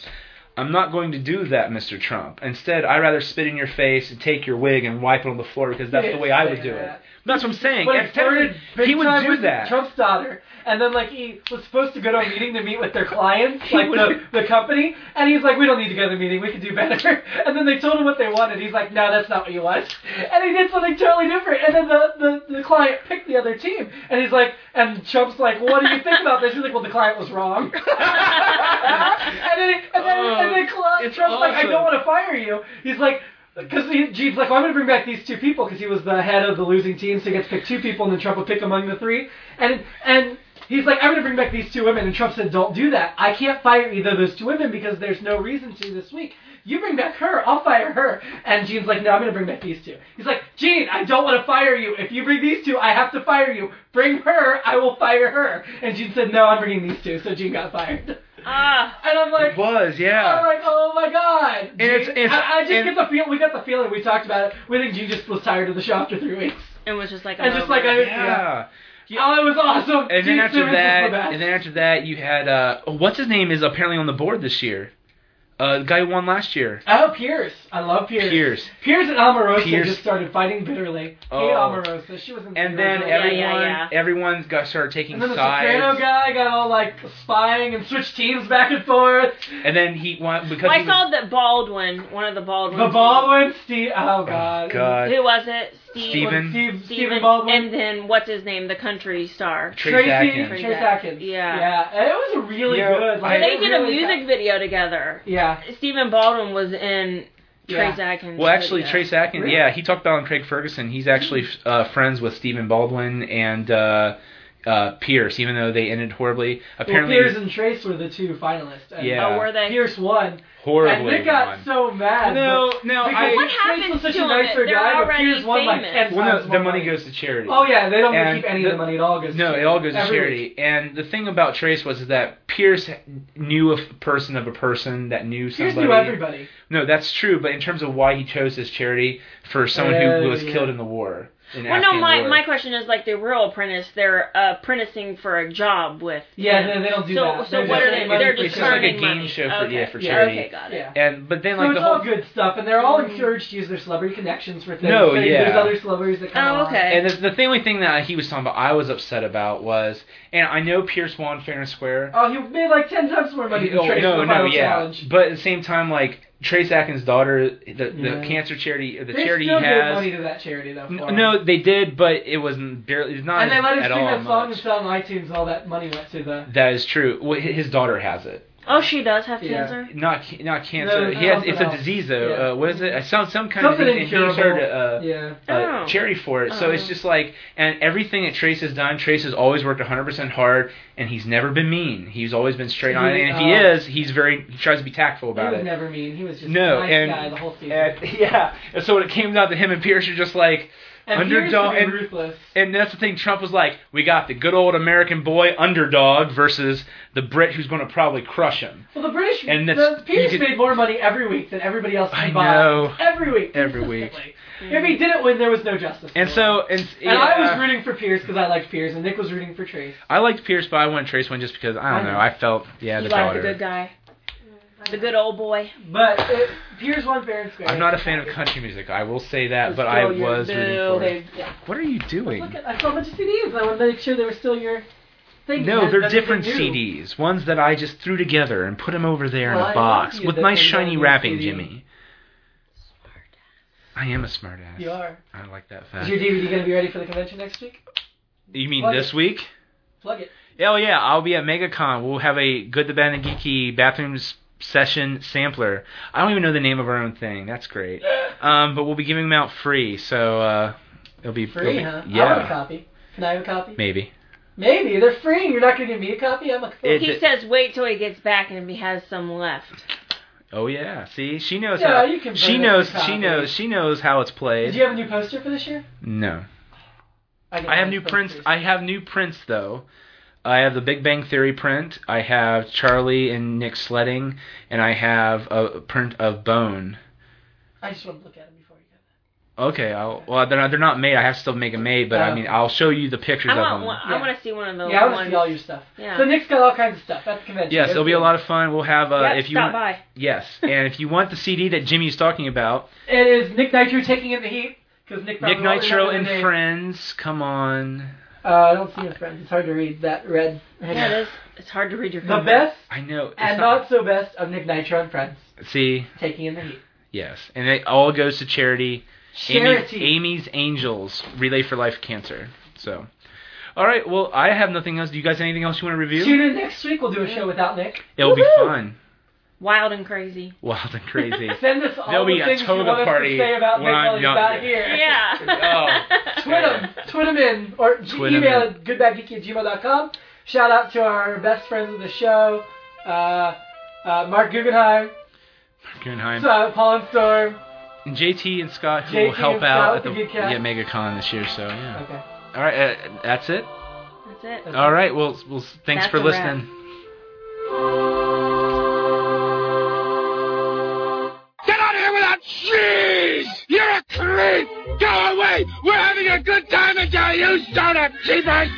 "I'm not going to do that, Mr. Trump. Instead, I would rather spit in your face and take your wig and wipe it on the floor because that's the way I would do it." That's what I'm saying.
But
And
he flirted
technically,
big
he would
time
do
with
that.
Trump's daughter, and then like he was supposed to go to a meeting to meet with their clients,
He
like the,
would-
the company, and he's like, "We don't need to go to the meeting. We can do better." And then they told him what they wanted. He's like, "No, that's not what you want." And he did something totally different. And then the, the the client picked the other team, and he's like, and Trump's like, "What do you think about this?" He's like, "Well, the client was wrong." and then, and then, and then Cla-
Oh, it's
Trump's like, I
awesome.
don't want to fire you. He's like, because Gene's like, well, I'm going to bring back these two people because he was the head of the losing team, so he gets to pick two people, and then Trump will pick among the three. And and he's like, I'm going to bring back these two women, and Trump said, don't do that. I can't fire either of those two women because there's no reason to this week. You bring back her, I'll fire her. And Gene's like, no, I'm going to bring back these two. He's like, Gene, I don't want to fire you. If you bring these two, I have to fire you. Bring her, I will fire her. And Gene said, no, I'm bringing these two. So Gene got fired.
Ah,
And I'm like,
It was,
I'm
yeah.
like, oh my god. Gene,
it's- it's-
I, I just
and-
get the feel. We got the feeling. We talked about it. We think Gene just was tired of the show after three weeks.
and was just like I'm
And just
over
like
it.
I, yeah.
yeah.
Oh, it was awesome.
And then
Gene
after
Simmons was
that,
the best.
and then after that, you had uh, what's his name is apparently on the board this year. Uh, the guy who won last year.
Oh, Pierce. I love Pierce.
Pierce.
Pierce and Omarosa
Pierce.
just started fighting bitterly.
Oh.
Hate Omarosa. She was in
And then
Yeah,
yeah,
everyone,
yeah.
everyone got started taking
And then the Soprano
sides.
guy got all like spying and switched teams back and forth.
And then he won because
Well,
he
I
was-
saw that Baldwin, one of the Baldwins.
The Baldwin, Steve. Oh God.
God,
Who was it? Steve.
Uh, Steven.
Steve, Stephen
Steven
Baldwin.
and then what's his name? The country star.
Trace
Tracy,
Atkins.
Trace
Trace
Atkins.
Yeah.
Yeah. And it was really
Yeah,
good.
I-
Like,
They
it
did a
really-
music video together.
Yeah.
Stephen Baldwin was in Trace Atkins.
Well, actually,
video.
Trace Atkins.
Really?
Yeah, he talked about on Craig Ferguson. He's actually uh, friends with Stephen Baldwin and uh, uh, Pierce, even though they ended horribly.
Well,
Apparently,
Pierce and Trace were the two finalists. And
Yeah.
Oh, were they?
Pierce won. and
horribly.
Nick got
won.
so mad.
no,
but-
no,
because
I.
What
Trace
happens
was such
to
a
'em?
nicer
They're
guy, but
already
Pierce won like
famous.
ten
Well,
times
no,
more
the money goes to charity.
Oh yeah, they don't
And
keep any of the
the-
money. It all goes.
No,
to
it all goes to
every
charity.
week.
And the thing about Trace was is that Pierce knew a f- person of a person that knew
Pierce
somebody.
knew everybody.
No, that's true. But in terms of why he chose this charity for someone
Oh,
who was
yeah.
killed in the war. In
Well, no,
Afghan
my,
war.
my question is like the real apprentice, they're uh, apprenticing for a job with.
Yeah,
him.
they, they don't do
so,
that.
So
They're
what
just
are they?
getting money
They're
for
just
It's like a
earning
game
money.
show for-
okay.
yeah, for
Yeah,
charity.
Okay, got it.
Yeah.
And but then
so
like
it's
the whole Mm-hmm.
all good stuff, and they're all encouraged to use their celebrity connections for things.
No,
There's-
yeah.
There's other celebrities that come
Oh,
along.
okay.
And the, the thing- only thing that he was talking about, I was upset about was, and I know Pierce won fair and square.
Oh, he made like ten times more money than
Oh,
Trace in
no,
the
no,
final
yeah.
challenge.
But at the same time, like Trace Atkins' daughter, the, the
Yeah.
cancer charity, or the
they
charity he
still gave
has.
money to that charity though. for
N-
him.
No, they did, but it wasn't barely. It's not
and they let him
at
sing
all
that song
much.
and sell on iTunes. and All that money went to the.
That is true. Well, hi- his daughter has it.
Oh, she does have
Yeah.
cancer.
Not ca- not cancer.
No,
he has.
something
It's a
else.
disease though.
Yeah.
Uh, what is it? Uh, Some some kind
Something
of disease. And he
incurable.
started, uh,
Yeah.
uh,
Oh.
charity for it. So
Oh.
it's just like, and everything that Trace has done, Trace has always worked 100% hard, and he's never been mean. He's always been straight on. it. And if he
Oh.
is, he's very, he tries to be tactful about
he was
it.
never mean. He was just
No,
a nice
and-
guy the whole season.
And, yeah. And so when it came down to him and Pierce, you're just like,
and Pierce
underdog-
would be
and-
ruthless.
and that's the thing. Trump was like, we got the good old American boy underdog versus the Brit who's going to probably crush him.
Well, the British,
and that's-
the Pierce
you could-
made more money every week than everybody else
I
combined.
know.
Every week.
Every week.
consistently. If he didn't win, there was no justice.
And
for him.
so, and,
And I was
yeah.
rooting for Pierce because I liked Pierce, and Nick was rooting for Trace.
I liked Pierce, but I wanted Trace one just because I don't
I
know.
know.
I felt yeah
Eli,
the
the
daughter.
good
Mm,
guy, the good old boy.
But it, Pierce won fair and square.
I'm not a fan of country music. I will say that, but
Still
I
your
was rooting
boo.
for it.
They, yeah.
What are you
Look,
doing?
at, I saw a bunch of CDs, and I wanted to make sure they were still your thing.
No,
and
they're
that they
different
knew.
CDs. Ones that I just threw together and put them over there
Well,
in
I
a box
like you
with
that
nice
they
shiny
love your
wrapping,
CD.
Jimmy. I am a smartass.
You are.
I like that
Is
fact.
your DVD going to be ready for the convention next week?
You mean
Plug
this week?
Plug it.
Oh yeah, I'll be at MegaCon. We'll have a good, the bad, and the geeky bathrooms session sampler. I don't even know the name of our own thing. That's great. Um, but we'll be giving them out free, so uh, it'll be it'll
Free,
be-
huh? I want a
Yeah,
copy. Can I have a copy?
maybe.
Maybe. They're free, and you're not going to give me a copy? I'm a
It-
He says, "Wait till he gets back and if he has some left."
Oh yeah, see, she knows.
Yeah,
how,
you can
She
burn
knows.
up your
She
copy.
knows. She knows how it's played.
Did you have a new poster for this year?
no,
get
I have
nice
new prints.
posters.
I have new prints though. I have the Big Bang Theory print. I have Charlie and Nick sledding, and I have a print of Bone.
I just want to look at them before you go.
Okay, I'll, well they're not, they're not made. I have to still make them made, but I
Oh.
mean I'll show you the pictures
I
of
want.
them.
One,
Yeah.
I want to see one of those
Yeah, I want to
ones.
see all your stuff.
Yeah.
So Nick's got all kinds of stuff at the convention.
Yes, it'll be a lot of fun. We'll have uh,
Yep,
if you want,
stop by.
yes, and if you want the CD that Jimmy's talking about,
It is Nick Nitro taking in the heat because Nick.
Nick
probably won't
Nitro
remember
and
the name.
Friends. Come on,
Uh, I don't see him friends. It's hard to read that red.
Yeah, it is. It's hard to read your.
The
comment.
best
I know. it's
and not so best of Nick Nitro and friends
see,
taking in the heat.
yes, and it all goes to charity.
Charity.
Amy's, Amy's Angels Relay for Life Cancer. So, all right. Well, I have nothing else. Do you guys have anything else you want to review?
Tune in next week. We'll do a show without Nick.
It'll be
Woohoo!
fun,
Wild and crazy.
wild and crazy.
Send us all
There'll
the
be a
things you
toga
want
party
us to say about
when
Nick
I'm
while he's
younger.
not here.
Yeah.
Oh.
Tweet him. Tweet him in. Or g-
Tweet 'em
email
in.
at goodbadgeeky at gmail.com. Shout out to our best friends of the show, uh, uh, Mark Guggenheim,
Guggenheim.
uh, Paul and Storm.
And JT and Scott who
JT
will help
and
out
Scott
at the
will be
yeah,
cast.
MegaCon this year. So yeah.
Okay.
All right, uh, that's it.
That's it.
All right, well, s- well, s- thanks
That's
for
a wrap.
listening.
Get out of here with that cheese! You're a creep! Go away! We're having a good time until you start up, cheapers!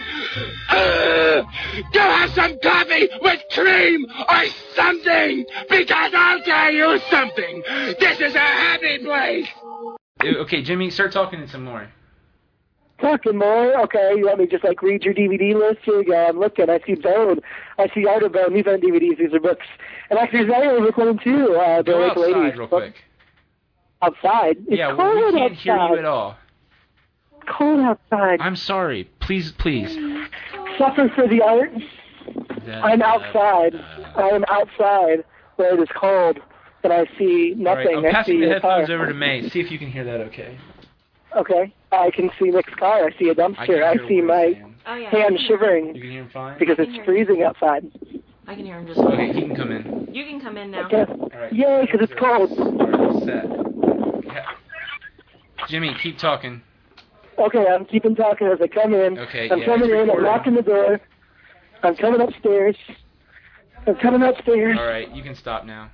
Ugh! Go have some coffee with cream or something! Because I'll tell you something! This is a happy place!
Uh, Okay, Jimmy, start talking some more.
Talking more. Okay, you want me to just like read your DVD list? Here you go. I'm looking. I see Bone. I see Art of Bone. These aren't DVDs. These are books. And actually, there's another book one too. Uh, the
Go
Lake
outside
Ladies.
real quick.
Outside. It's
Yeah, well,
cold
we can't
outside.
hear you at all.
Cold outside.
I'm sorry. Please, please.
Suffer for the art. I'm
uh,
outside. I am outside where it is cold, and I see
All right,
nothing.
I'm
I see
passing the
a car.
headphones over to May. See if you can hear that okay.
Okay. I can see Nick's car. I see a
I
dumpster. I,
can't hear
see
what you're
Mike.
saying.
Oh yeah.
hand shivering
You can hear him fine.
because it's freezing outside.
I can hear him just
Okay,
fine.
he can come in.
You can come in now.
Okay.
All right.
Yay, because it's cold.
Alright, set. Yeah. Jimmy, keep talking.
Okay, I'm keeping talking as I come in.
Okay,
I'm
yeah,
coming
it's
in. I'm
recording.
knocking the door. I'm coming upstairs. I'm coming upstairs.
All right, you can stop now.